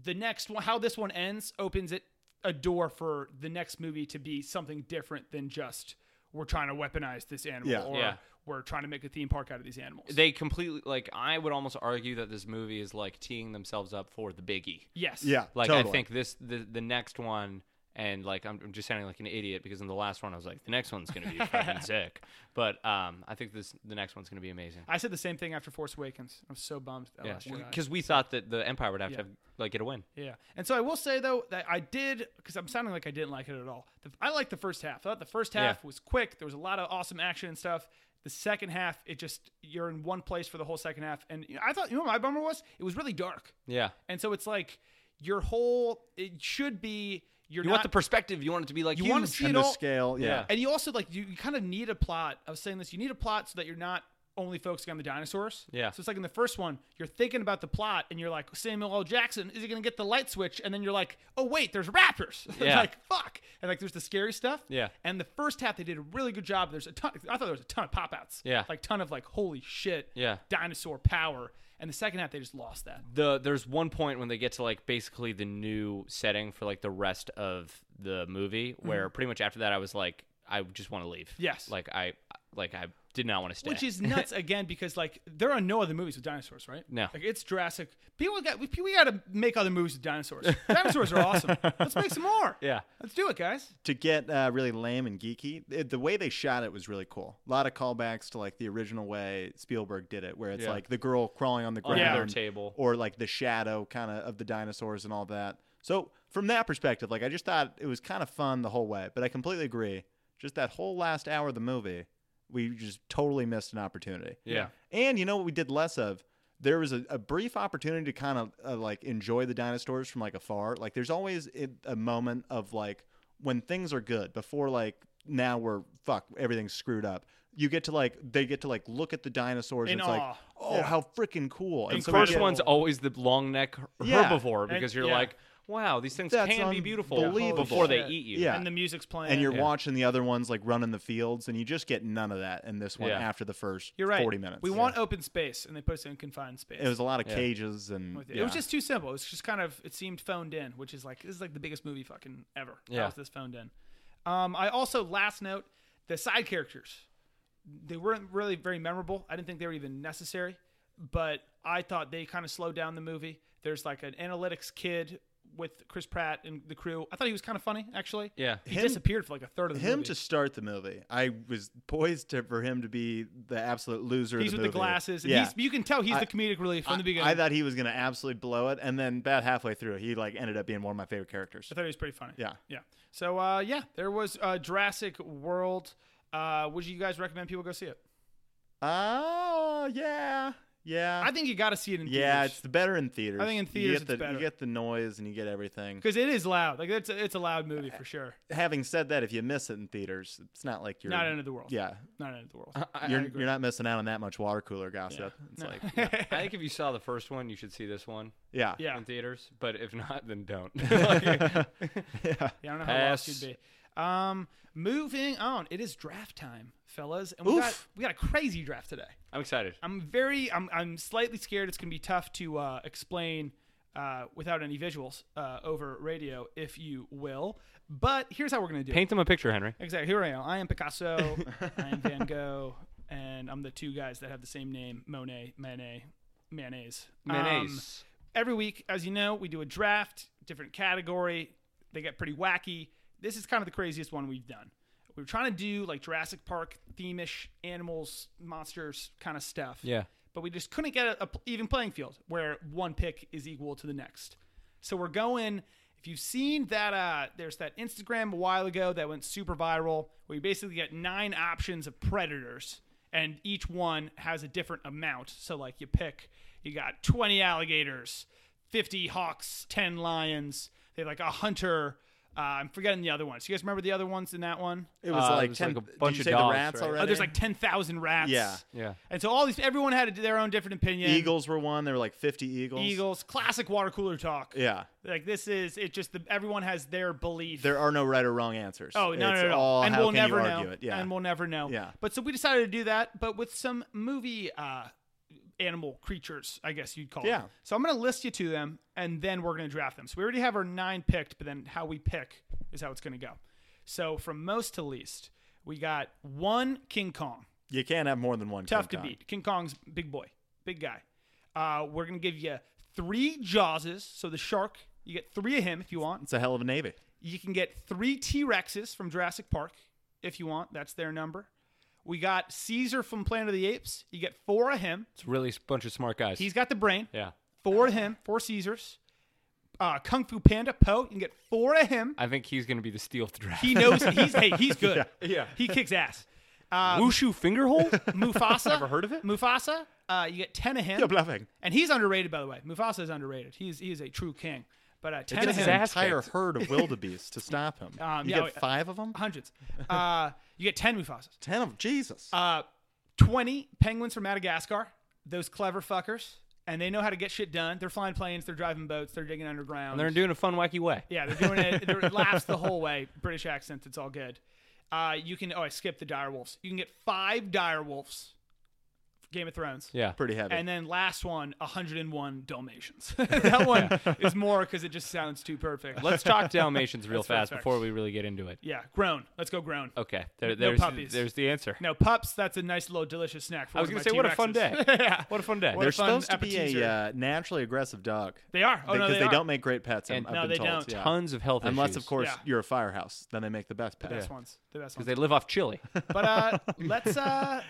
the next one. How this one ends opens it a door for the next movie to be something different than just we're trying to weaponize this animal Yeah. or Yeah. we're trying to make a theme park out of these animals. they completely like I would almost argue that this movie is like teeing themselves up for the biggie. yes. yeah, Like I totally. think this the the next one and like I'm I'm just sounding like an idiot because in the last one I was like the next one's gonna be fucking sick, but um I think this the next one's gonna be amazing. I said the same thing after Force Awakens. I was so bummed. That Yeah, last Jedi. because we thought that the Empire would have Yeah. to have, like get a win. Yeah, and so I will say though that I did because I'm sounding like I didn't like it at all. The, I liked the first half. I thought the first half Yeah. was quick. There was a lot of awesome action and stuff. The second half, it just you're in one place for the whole second half. And you know, I thought you know what my bummer was it was really dark, Yeah, and so it's like your whole it should be you're you not want the perspective. You want it to be like you want to huge. see it and the all scale, yeah. Yeah. and you also like you, you kind of need a plot. I was saying this. You need a plot so that you're not only focusing on the dinosaurs. Yeah. So it's like in the first one, you're thinking about the plot, and you're like Samuel L. Jackson, is he gonna get the light switch? And then you're like, oh wait, there's raptors. Yeah. like fuck. And like there's the scary stuff. Yeah. And the first half they did a really good job. There's a ton. I thought there was a ton of pop outs. Yeah. Like ton of like holy shit. Yeah. Dinosaur power. And the second half they just lost that. the there's one point when they get to like basically the new setting for like the rest of the movie where pretty much after that I was like I just want to leave. Mm-hmm. Yes. Like I like I did not want to stay. Which is nuts again because like there are no other movies with dinosaurs, right? No. like it's Jurassic. People got we, we got to make other movies with dinosaurs. dinosaurs are awesome. Let's make some more. Yeah. let's do it, guys. to get uh, really lame and geeky, it, the way they shot it was really cool. A lot of callbacks to like the original way Spielberg did it, where it's Yeah. like the girl crawling on the ground, their table. or like the shadow kind of of the dinosaurs and all that. So from that perspective, like I just thought it was kind of fun the whole way. But I completely agree. Just that whole last hour of the movie, we just totally missed an opportunity. Yeah. And you know what we did less of? There was a, a brief opportunity to kind of uh, like enjoy the dinosaurs from like afar. Like there's always a, a moment of like when things are good before like now we're fuck everything's screwed up. You get to like they get to like look at the dinosaurs In and it's awe. like oh how freaking cool. And First we get- one's always the long neck Yeah. herbivore And- because you're yeah. like wow, these things That's can be beautiful unbelievable. before they shit. eat you. Yeah. and the music's playing. and you're Yeah. watching the other ones like running the fields, and you just get none of that in this one Yeah. after the first You're right. 40 minutes. We want open space, and they put us in confined space. it was a lot of Yeah. cages and with it. yeah. It was just too simple. It was just kind of it seemed phoned in, which is like this is like the biggest movie fucking ever. Yeah. How is this phoned in? Um, I also last note the side characters. They weren't really very memorable. I didn't think they were even necessary, but I thought they kind of slowed down the movie. There's like an analytics kid with Chris Pratt and the crew. I thought he was kind of funny actually. Yeah. he Him- disappeared for like a third of the him movie. to start the movie. I was poised to, for him to be the absolute loser. he's of the with movie. the glasses. And Yeah. he's, you can tell he's I- the comedic relief from I- the beginning. I thought he was going to absolutely blow it, and then about halfway through, he like ended up being one of my favorite characters. I thought it was pretty funny. Yeah. Yeah. So uh, yeah, there was uh, Jurassic World. Uh, would you guys recommend people go see it? Oh yeah, yeah, I think you got to see it in yeah. theaters. It's better in theaters. I think in you theaters get it's the better. you get the noise and you get everything. because it is loud. Like it's a, it's a loud movie for sure. Having said that, if you miss it in theaters, it's not like you're Not end of the world. Yeah, Not end of the world. you're you're not missing out on that much water cooler gossip. It's like yeah. I think if you saw the first one, you should see this one yeah, yeah. in theaters. But if not, then don't. Like, Yeah. I don't know how lost Pass. you'd be. Um, moving on. It is draft time, fellas, and we got Oof. we got a crazy draft today. I'm excited. I'm very I'm I'm slightly scared it's gonna be tough to uh, explain uh, without any visuals uh, over radio, if you will. But here's how we're gonna do. it. Paint them a picture, Henry. Exactly. Here I am. I am Picasso. I am Van Gogh, and I'm the two guys that have the same name: Monet, Manet, Mayonnaise. Um, Mayonnaise. every week, as you know, we do a draft, different category. They get pretty wacky. This is kind of the craziest one we've done. We were trying to do like Jurassic Park themish animals, monsters kind of stuff. Yeah. But we just couldn't get a, a pl- even playing field where one pick is equal to the next. So we're going. If you've seen that, uh, there's that Instagram a while ago that went super viral where you basically get nine options of predators, and each one has a different amount. So, like, you pick, you got 20 alligators, 50 hawks, 10 lions. They have like a hunter. Uh, I'm forgetting the other ones. You guys remember the other ones in that one? It was Uh, like there's ten. like a did bunch you of say dogs, the rats right? already. Oh, there's like 10,000 rats. Yeah. Yeah. And so all these, everyone had their own different opinion. eagles were one. There were like fifty eagles. Eagles, classic water cooler talk. Yeah. Like this is it. Just the, everyone has their belief. There are no right or wrong answers. oh no it's no no, no. All and how we'll can never you know. argue It? Yeah. And we'll never know. Yeah. But so we decided to do that, but with some movie uh, animal creatures, I guess you'd call Yeah. them. So I'm gonna list you to them, and then we're gonna draft them. So we already have our nine picked, but then how we pick is how it's gonna go. So from most to least, we got one King Kong. you can't have more than one. tough King to Kong. beat. King Kong's big boy, big guy. Uh, we're gonna give you three Jawses. So the shark, you get three of him if you want. It's a hell of a navy. You can get three T Rexes from Jurassic Park if you want. That's their number. We got Caesar from Planet of the Apes. You get four of him. It's really a bunch of smart guys. He's got the brain. yeah. Four of him. Four Caesars. Uh, Kung Fu Panda Poe. You can get four of him. I think he's going to be the steal of the draft. He knows he's hey he's good. Yeah. Yeah. He kicks ass. Wushu Fingerhole? Um, Mufasa. Never heard of it? Mufasa. Uh, you get ten of him. You're bluffing. And he's underrated, by the way. Mufasa is underrated. He's he is a true king. But uh, ten It of takes him, an entire aspect. herd of wildebeest to stop him. Um, you yeah, get oh, five of them? hundreds. Uh, you get ten Mufasas. Ten of Jesus. Uh, twenty penguins from Madagascar. Those clever fuckers, and they know how to get shit done. They're flying planes. They're driving boats. They're digging underground. They're doing a fun, wacky way. yeah, they're doing it. They're it laughs the whole way. British accents. It's all good. Uh, you can. Oh, I skipped the direwolves. You can get five direwolves. Game of Thrones. Yeah. Pretty heavy. And then last one, 101 Dalmatians. that one is more because it just sounds too perfect. Let's talk Dalmatians real That's fair, fast fair. before we really get into it. Yeah, grown. Let's go grown. Okay. There, there's, puppies. there's the answer. No pups. That's a nice little delicious snack. For I was going to say, what a fun day. yeah, What a fun day. What They're fun supposed to be appetizer. a uh, naturally aggressive dog. They are. Oh, no, because they they, are. don't make great pets. And- I'm, No, I've been they told. don't. Yeah. Tons of health Unless, issues. of course, Yeah. you're a firehouse. Then they make the best pets. best ones. The best ones. They live off chili. But uh, let's uh,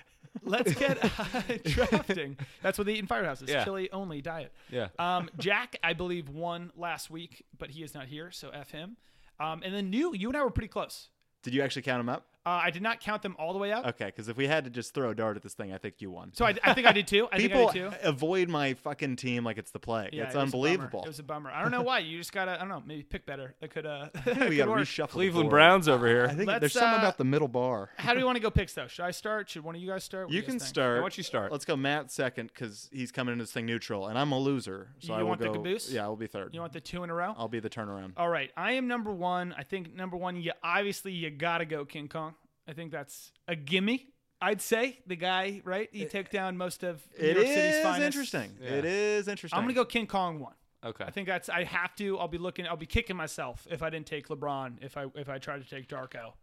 let's get uh, drafting. That's what they eat in firehouses. Yeah. Chili only diet. Yeah. Um, Jack, I believe won last week, but he is not here, so f him. Um, and then new, you and I were pretty close. Did you actually count them up? Uh, I did not count them all the way up. Okay, because if we had to just throw a dart at this thing, I think you won. So I, I think I did too. I People think I did too. avoid my fucking team like it's the plague. Yeah, it's it was a bummer. unbelievable. It was a bummer. I don't know why. You just gotta. I don't know. Maybe pick better. That could. Uh, we could got to work. reshuffle. the Cleveland board. Browns over here. I think Let's, there's something uh, about the middle bar. How do we want to go picks though? Should I start? Should one of you guys start? What do You guys can think? start. Why don't you start? Let's go Matt second because he's coming into this thing neutral, and I'm a loser. So You I will want the go, caboose? Yeah, I will be third. You want Oh, the two in a row? I'll be the turnaround. All right, I am number one. I think number one, you obviously you gotta go King Kong. I think that's a gimme. I'd say the guy, right? He took down most of New It York is City's finest. interesting. Yeah. It is interesting. I'm gonna go King Kong one. Okay. I think that's I have to. I'll be looking. I'll be kicking myself if I didn't take LeBron. If I if I try to take Darko,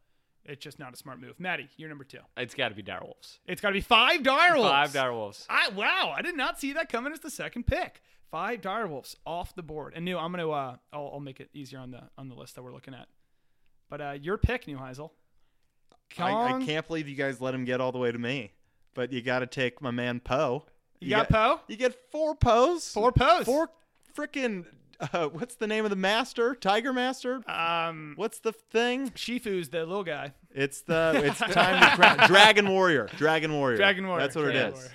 it's just not a smart move. Maddie, you're number two. it's got to be dire wolves. It's got to be five direwolves. Five dire wolves. I wow, I did not see that coming as the second pick. Five direwolves off the board. And new, I'm gonna uh, I'll, I'll make it easier on the on the list that we're looking at. But uh, your pick, New Heisel. I, I Kong. can't believe you guys let him get all the way to me, but you got to take my man Poe. You got Poe? You get four Poes. Four Poes. Four freaking. Uh, what's the name of the master? Tiger Master? Um, what's the thing? Shifu's the little guy. It's the it's time to cra- Dragon Warrior. Dragon Warrior. Dragon Warrior. That's what Dragon it is.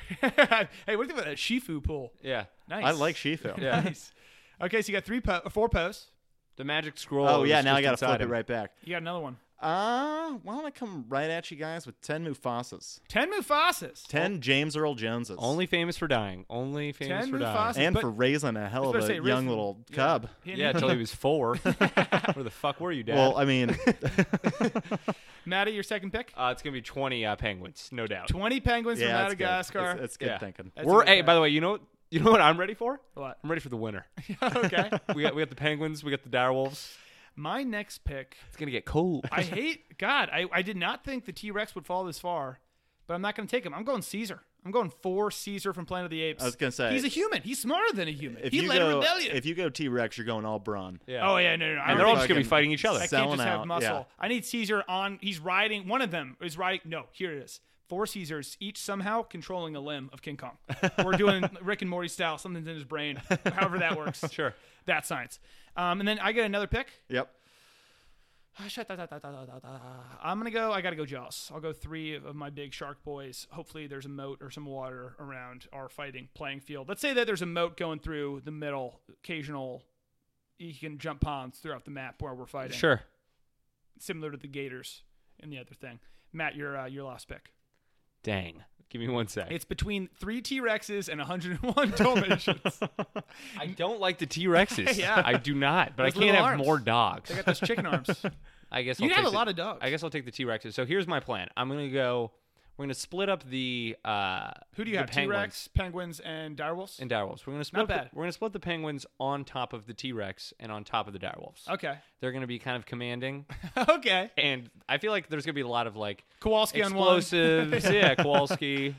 Warrior. hey, what do you think about that Shifu pool? Yeah. Nice. I like Shifu. Yeah. Nice. Okay, so you got three po- uh, four posts. The magic scroll. Oh yeah, is now I just gotta inside flip it him. right back. You got another one. Uh, why don't I come right at you guys with ten Mufasas, Ten Mufasas. ten James Earl Joneses, Only famous for dying. Only famous Ten for Mufasa- dying. and but- for raising a I hell was of about a to say, young Riff- little yeah. cub. He- Yeah, until he was four. Where the fuck were you, Dad? Well, I mean, Maddie, your second pick. uh, it's gonna be twenty uh, penguins, no doubt. Twenty penguins yeah, from that's good. It's- Madagascar. It's, good Yeah. thinking. That's a We're good hey, pick. by the way, you know what? You know what I'm ready for? What? I'm ready for the winter. okay. we got we got the penguins. We got the direwolves. My next pick. It's gonna get cold. I hate God. I, I did not think the T Rex would fall this far, but I'm not going to take him. I'm going Caesar. I'm going for Caesar from Planet of the Apes. I was gonna say- he's a human. He's smarter than a human. If He you led a go, rebellion. if you go T Rex, you're going all brawn. yeah. oh yeah, no, no, no. I And don't they're all think- just gonna be Fucking fighting each other. I can't selling just have out, muscle. yeah. I need Caesar on. He's riding. One of them is riding. No, here it is. Four Caesars, each somehow controlling a limb of King Kong. We're doing Rick and Morty style. Something's in his brain. However that works. Sure. That's science. Um, and then I get another pick. Yep. I'm gonna go. I gotta go Jaws. I'll go three of my big shark boys. Hopefully, there's a moat or some water around our fighting playing field. Let's say that there's a moat going through the middle. Occasional, you can jump ponds throughout the map where we're fighting. Sure. similar to the Gators and the other thing. Matt, your uh, your last pick. Dang. Give me one sec. It's between three T Rexes and 101 Dalmatians. I don't like the T Rexes. Yeah. I do not. But Those I can't little have arms. more dogs. I got those chicken arms. I guess You I'll have take a the- lot of dogs. I guess I'll take the T Rexes. So here's my plan. I'm gonna go. We're gonna split up the. Uh, Who do you the have? T Rex, penguins, and direwolves. and direwolves? We're gonna split. Not up the- bad. we're gonna split the penguins on top of the T Rex and on top of the direwolves. okay, They're gonna be kind of commanding, okay. and I feel like there's gonna be a lot of like Kowalski on explosives. yeah, Kowalski.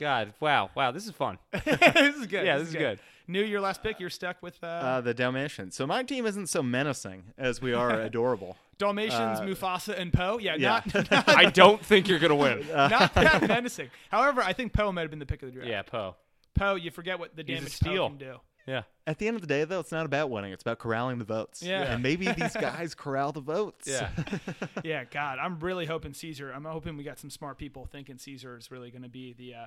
God, wow, wow, this is fun. one. this is good. Yeah, this is good. New your last pick. You're stuck with uh, Uh, the Dalmatians. So my team isn't so menacing as we are adorable. Dalmatians, uh, Mufasa, and Poe. Yeah, yeah. not not, I don't think you're gonna win. not that menacing. However, I think Poe might have been the pick of the draft. yeah, Poe. Poe, you forget what the He's a damage Poe steal. can do. Yeah. At the end of the day, though, it's not about winning. It's about corralling the votes. Yeah. Yeah. And maybe these guys corral the votes. Yeah. Yeah, God, I'm really hoping Caesar. I'm hoping we got some smart people thinking Caesar is really going to be the uh,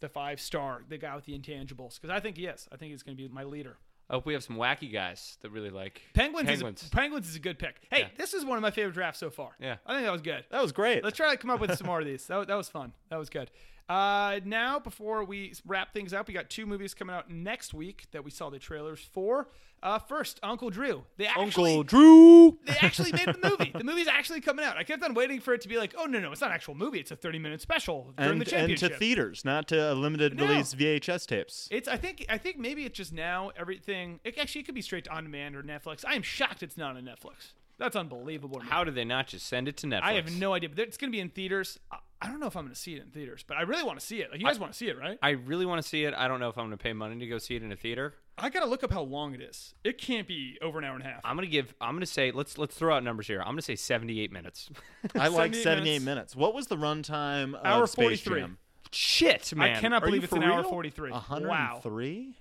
the five star, the guy with the intangibles. Because I think he is. I think he's going to be my leader. I hope we have some wacky guys that really like Penguins, Penguins. Is a, Penguins is a good pick. Hey, Yeah. this is one of my favorite drafts so far. Yeah. I think that was good. That was great. Let's try to come up with some more of these. That, wa- that was fun. That was good. Uh, now, before we wrap things up, we got two movies coming out next week that we saw the trailers for. Uh, first, Uncle Drew. They actually, Uncle Drew. they actually made the movie. The movie's actually coming out. I kept on waiting for it to be like, oh no no, it's not an actual movie. It's a thirty minute special during and, the and to championship. theaters, not to limited No. release VHS tapes. it's I think I think maybe it's just now everything. It actually could be straight to on demand or Netflix. I am shocked it's not on Netflix. That's unbelievable. to me. How did they not just send it to Netflix? I have no idea, but it's going to be in theaters. I, I don't know if I'm going to see it in theaters, but I really want to see it. Like you guys want to see it, right? I really want to see it. I don't know if I'm going to pay money to go see it in a theater. I got to look up how long it is. It can't be over an hour and a half. I'm going to give. I'm going to say. Let's let's throw out numbers here. I'm going to say 78 minutes. I like 78 78 minutes. minutes. What was the runtime Hour of Space 43. Jam? Shit, man. I cannot Are you believe it's for an hour real? 43. Wow. 103?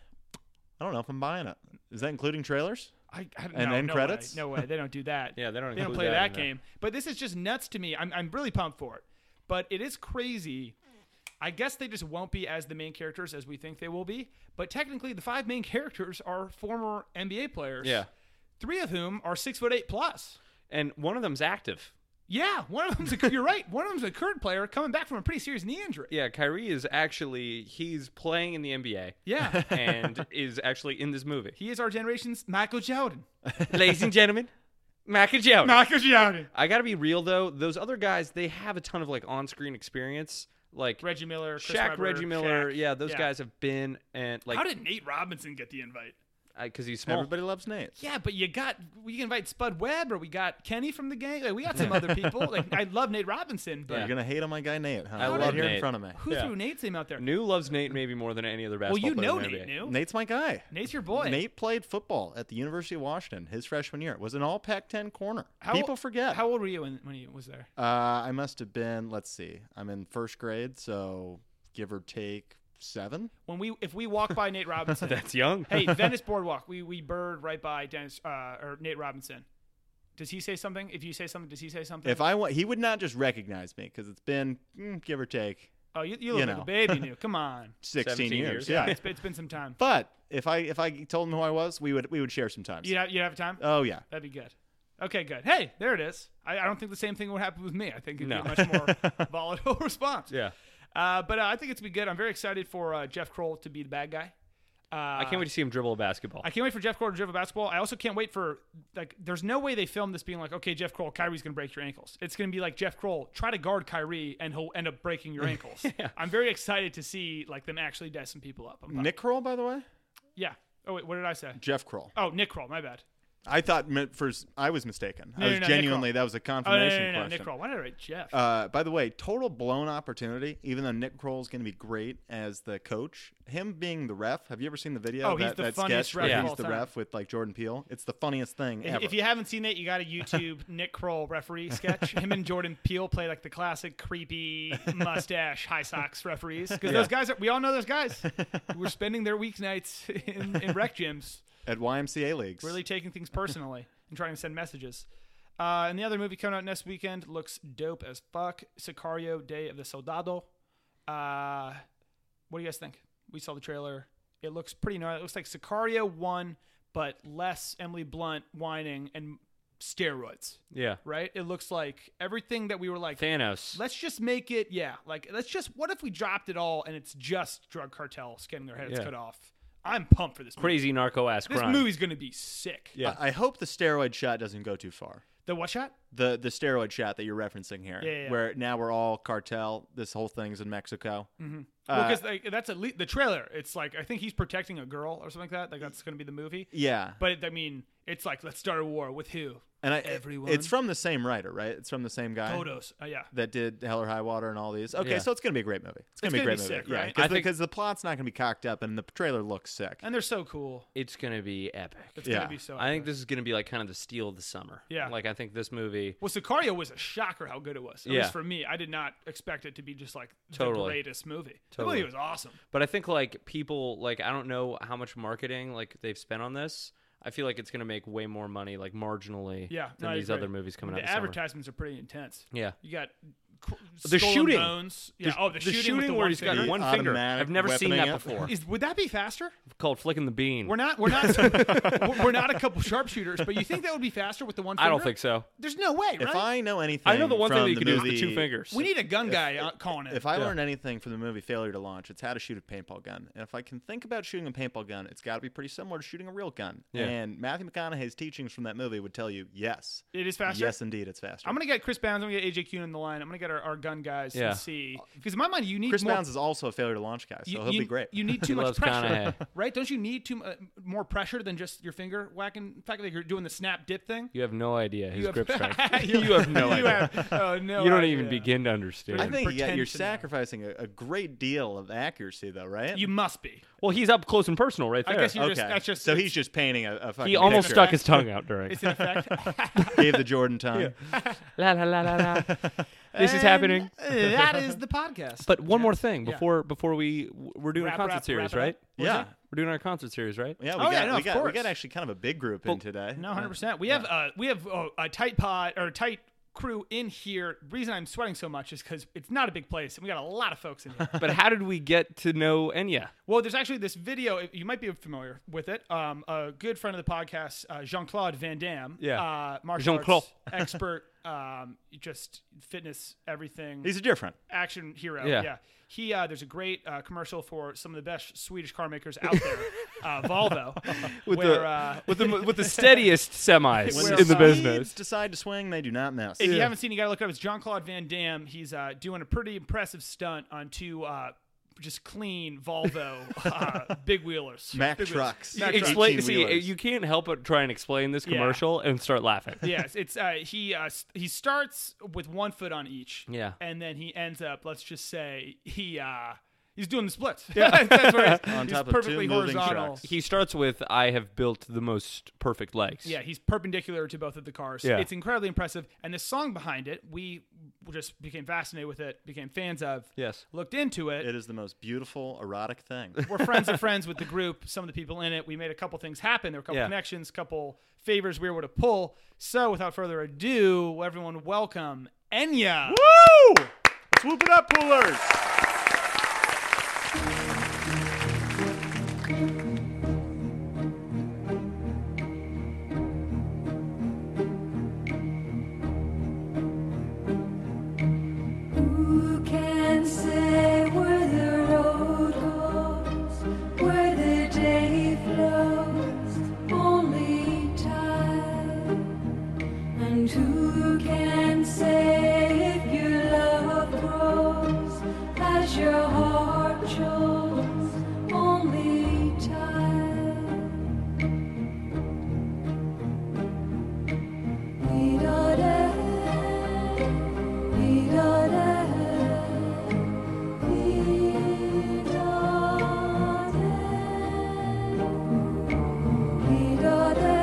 I don't know if I'm buying it. Is that including trailers? I, I, And no, then no credits? Way, no way, they don't do that. Yeah, they don't They don't include play that that, in that. game. But this is just nuts to me. I'm I'm really pumped for it. But it is crazy. I guess they just won't be as the main characters as we think they will be. But technically, the five main characters are former NBA players. Yeah. Three of whom are six foot eight plus. And one of them's active. Yeah, one of them's a, you're right. One of them's a current player coming back from a pretty serious knee injury. Yeah, Kyrie is actually he's playing in the NBA. Yeah. and is actually in this movie. He is our generation's Michael Jordan. Ladies and gentlemen, Mac and Joe. Michael Jordan. I gotta be real though; those other guys, they have a ton of like on-screen experience, like Reggie Miller, Chris Shaq, Webber, Reggie Miller. Shaq. Yeah, those Yeah. guys have been and How like did Nate Robinson get the invite? because he's small. Everybody loves Nate. Yeah, but you got we can invite Spud Webb or we got Kenny from the gang. Like, we got some other people. Like I love Nate Robinson, but You're gonna hate on my guy Nate, huh? I Right love here in Nate. front of me. who threw Nate's name out there? New loves Nate maybe more than any other well, basketball you player. know in the Nate. NBA. New. Nate's my guy. Nate's your boy. Nate played football at the University of Washington his freshman year. Was an All Pac-10 corner. How- People forget. How old were you when, when he was there? Uh, I must have been, let's see, I'm in first grade, so give or take seven. When we if we walk by Nate Robinson, That's young. hey Venice Boardwalk, we we bird right by Dennis uh, or Nate Robinson. Does he say something? If you say something, does he say something? If I want, he would not just recognize me because it's been, mm, give or take, oh, you, you look you like know. a baby new. Come on, 16 17 years. years. Yeah. it's been, it's been some time. but if I if I told him who I was, we would we would share sometimes. You have you have time? Oh yeah. That'd be good. Okay, good. Hey, there it is. I, I don't think the same thing would happen with me. I think it'd No. be a much more volatile response. yeah, Uh, but uh, I think it's be good. I'm very excited for uh, Jeff Kroll to be the bad guy. Uh, I can't wait to see him dribble a basketball. I can't wait for Jeff Kroll to dribble basketball. I also can't wait for like. There's no way they filmed this being like, okay, Jeff Kroll, Kyrie's gonna break your ankles. It's gonna be like Jeff Kroll, try to guard Kyrie, and he'll end up breaking your ankles. I'm very excited to see like them actually dice some people up. I'm pumped. Nick Kroll, by the way, yeah. Oh wait, what did I say? Jeff Kroll. Oh, Nick Kroll. My bad. I thought meant first I was mistaken. No, I no, was no, Nick genuinely that was a Oh no, no, no, confirmation no, no, question. Nick Kroll. Why did I write Jeff? Uh, by the way, total blown opportunity. Even though Nick Kroll's going to be great as the coach, him being the ref. Have you ever seen the video? Oh, of he's that, the that funniest sketch ref where of he's all the time. ref with like Jordan Peele. It's the funniest thing If- ever. If you haven't seen it, you got a YouTube Nick Kroll referee sketch. Him and Jordan Peele play like the classic creepy mustache high socks referees because those guys are, we all know those guys. We're spending their weeknights in, in rec gyms, At YMCA leagues, really taking things personally and trying to send messages. Uh, and the other movie coming out next weekend looks dope as fuck. Sicario: Day of the Soldado. Uh, what do you guys think? We saw the trailer. It looks pretty gnarly. It looks like Sicario one, but less Emily Blunt whining and steroids. yeah, Right? It looks like everything that we were like. Thanos. Let's just make it, yeah. Like, let's just. What if we dropped it all and it's just drug cartels getting their heads Yeah. cut off? I'm pumped for this. Movie. Crazy narco ass This crime. movie's gonna be sick. Yeah. I I hope the steroid shot doesn't go too far. The what shot? The the steroid shot that you're referencing here, Yeah, yeah, yeah. where now we're all cartel. This whole thing's in Mexico. Mm. Uh, Well, because like, that's at least the trailer. It's like I think he's protecting a girl or something like that. Like that's gonna be the movie. Yeah, But it, I mean, it's like let's start a war with who? and I, everyone- It's from the same writer, right? It's from the same guy. Photos. Uh, yeah. that did Hell or High Water and all these. Okay, Yeah. so it's gonna be a great movie. It's gonna be a gonna great be movie, sick, yeah. right? I Because think- the plot's not gonna be cocked up, and the trailer looks sick. And they're so cool. It's gonna be epic. It's Yeah. gonna be so. I think good. this is gonna be like kind of the steal of the summer. Yeah. like I think this movie. Well, Sicario was a shocker how good it was. At Yeah. least for me, I did not expect it to be just like the Totally. greatest movie. The Totally. movie was awesome. But I think like people like I don't know how much marketing like they've spent on this. I feel like it's gonna make way more money like marginally Yeah, no, than I these agree. other movies coming the out. this summer. advertisements are pretty intense. Yeah. You got cr- The skull and shooting. bones. Yeah. oh, the, shooting, with the where one he's got finger. one finger. Automatic I've never seen weaponing that it. before. Is, would that be faster? It's called flicking the bean. We're not. We're not. we're- we're not a couple sharpshooters. But you think that would be faster with the one? Finger? I don't think so. There's no way, If right? I know anything, I know the one thing from that you the can do is movie, the two fingers. we need a gun guy uh, calling it. If I learn anything from the movie Failure to Launch, it's how to shoot a paintball gun. And if I can think about shooting a paintball gun, it's got to be pretty similar to shooting a real gun. Yeah. And Matthew McConaughey's teachings from that movie would tell you, yes, it is faster. yes, indeed, it's faster. I'm gonna get Chris Bounds. I'm gonna get AJ Kuhn in the line. I'm gonna get our, our gun guys Yeah. and see because in my mind you need Chris more. Bounds is also a Failure to Launch guy, so you, he'll you- be great. You need too much loves pressure, Conahay. right? Don't you need too uh, more pressure than just your finger whacking? In fact, like you're doing the snap dip thing. You have no idea his You have- grip strength. you, You have no you idea. have- oh, no You don't idea. even begin to understand. I think yeah, you're pretension now. sacrificing a, a great deal of accuracy, though, right? You must be. well, he's up close and personal right I there. guess you okay. just that's just so it's- he's just painting a, a fucking he almost picture. stuck his tongue out during. it's an effect. gave the Jordan tongue. la la la la la. This is happening. And that is the podcast. But one more thing before before we we're doing Wrap, our concert wrap, wrap series, it up. right? yeah. We're doing our concert series, right? Yeah, we Oh, got yeah, no, we of got we course. got actually kind of a big group in today. No, hundred percent. We have uh, we have uh, a tight pod or a tight crew in here. reason I'm sweating so much is because it's not a big place, and we got a lot of folks in here. But how did we get to know Enya? well, there's actually this video. You might be familiar with it. Um, a good friend of the podcast, uh, Jean Claude Van Damme, Yeah. uh, martial Jean-Claude. arts expert, um, just fitness, everything. These are different. action hero. Yeah. Yeah. He uh, there's a great uh, commercial for some of the best Swedish car makers out there, uh, Volvo, With where the uh, with the with the steadiest semis When in the uh, business. decide to swing, they do not miss. If you haven't seen, it, you got to look it up. It's John Claude Van Damme. He's uh, doing a pretty impressive stunt on two uh, just clean Volvo uh, big wheelers. Mack Big wheelers. trucks. Mack trucks. Explain. 18 See, wheelers. you can't help but try and explain this Yeah. commercial and start laughing. yes, it's uh, he. Uh, s- he starts with one foot on each. Yeah. and then he ends up. Let's just say he. Uh, He's doing the splits. Yeah. That's where he's, On he's top of two perfectly moving horizontal. trucks. He starts with, "I have built the most perfect legs." Yeah, he's perpendicular to both of the cars. Yeah. It's incredibly impressive. And the song behind it, we just became fascinated with it, became fans of. Yes. Looked into it. It is the most beautiful erotic thing. We're friends of friends with the group, some of the people in it. We made a couple things happen. There were a couple Yeah. connections, couple favors we were able to pull. So without further ado, everyone welcome Enya. Woo! Let's whoop it up, poolers. Who can say where the road goes, where the day flows? Only time. And who can say if your love grows as your heart chose? Only time. We don't end. We don't end. We don't end. We don't end.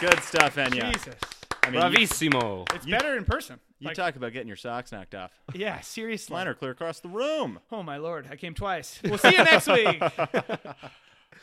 Good stuff, Enya. Jesus. I mean, you, Bravissimo. It's better in person. you Like, talk about getting your socks knocked off. yeah, seriously. Mine are clear across the room. Oh my lord, I came twice. We'll see you next week.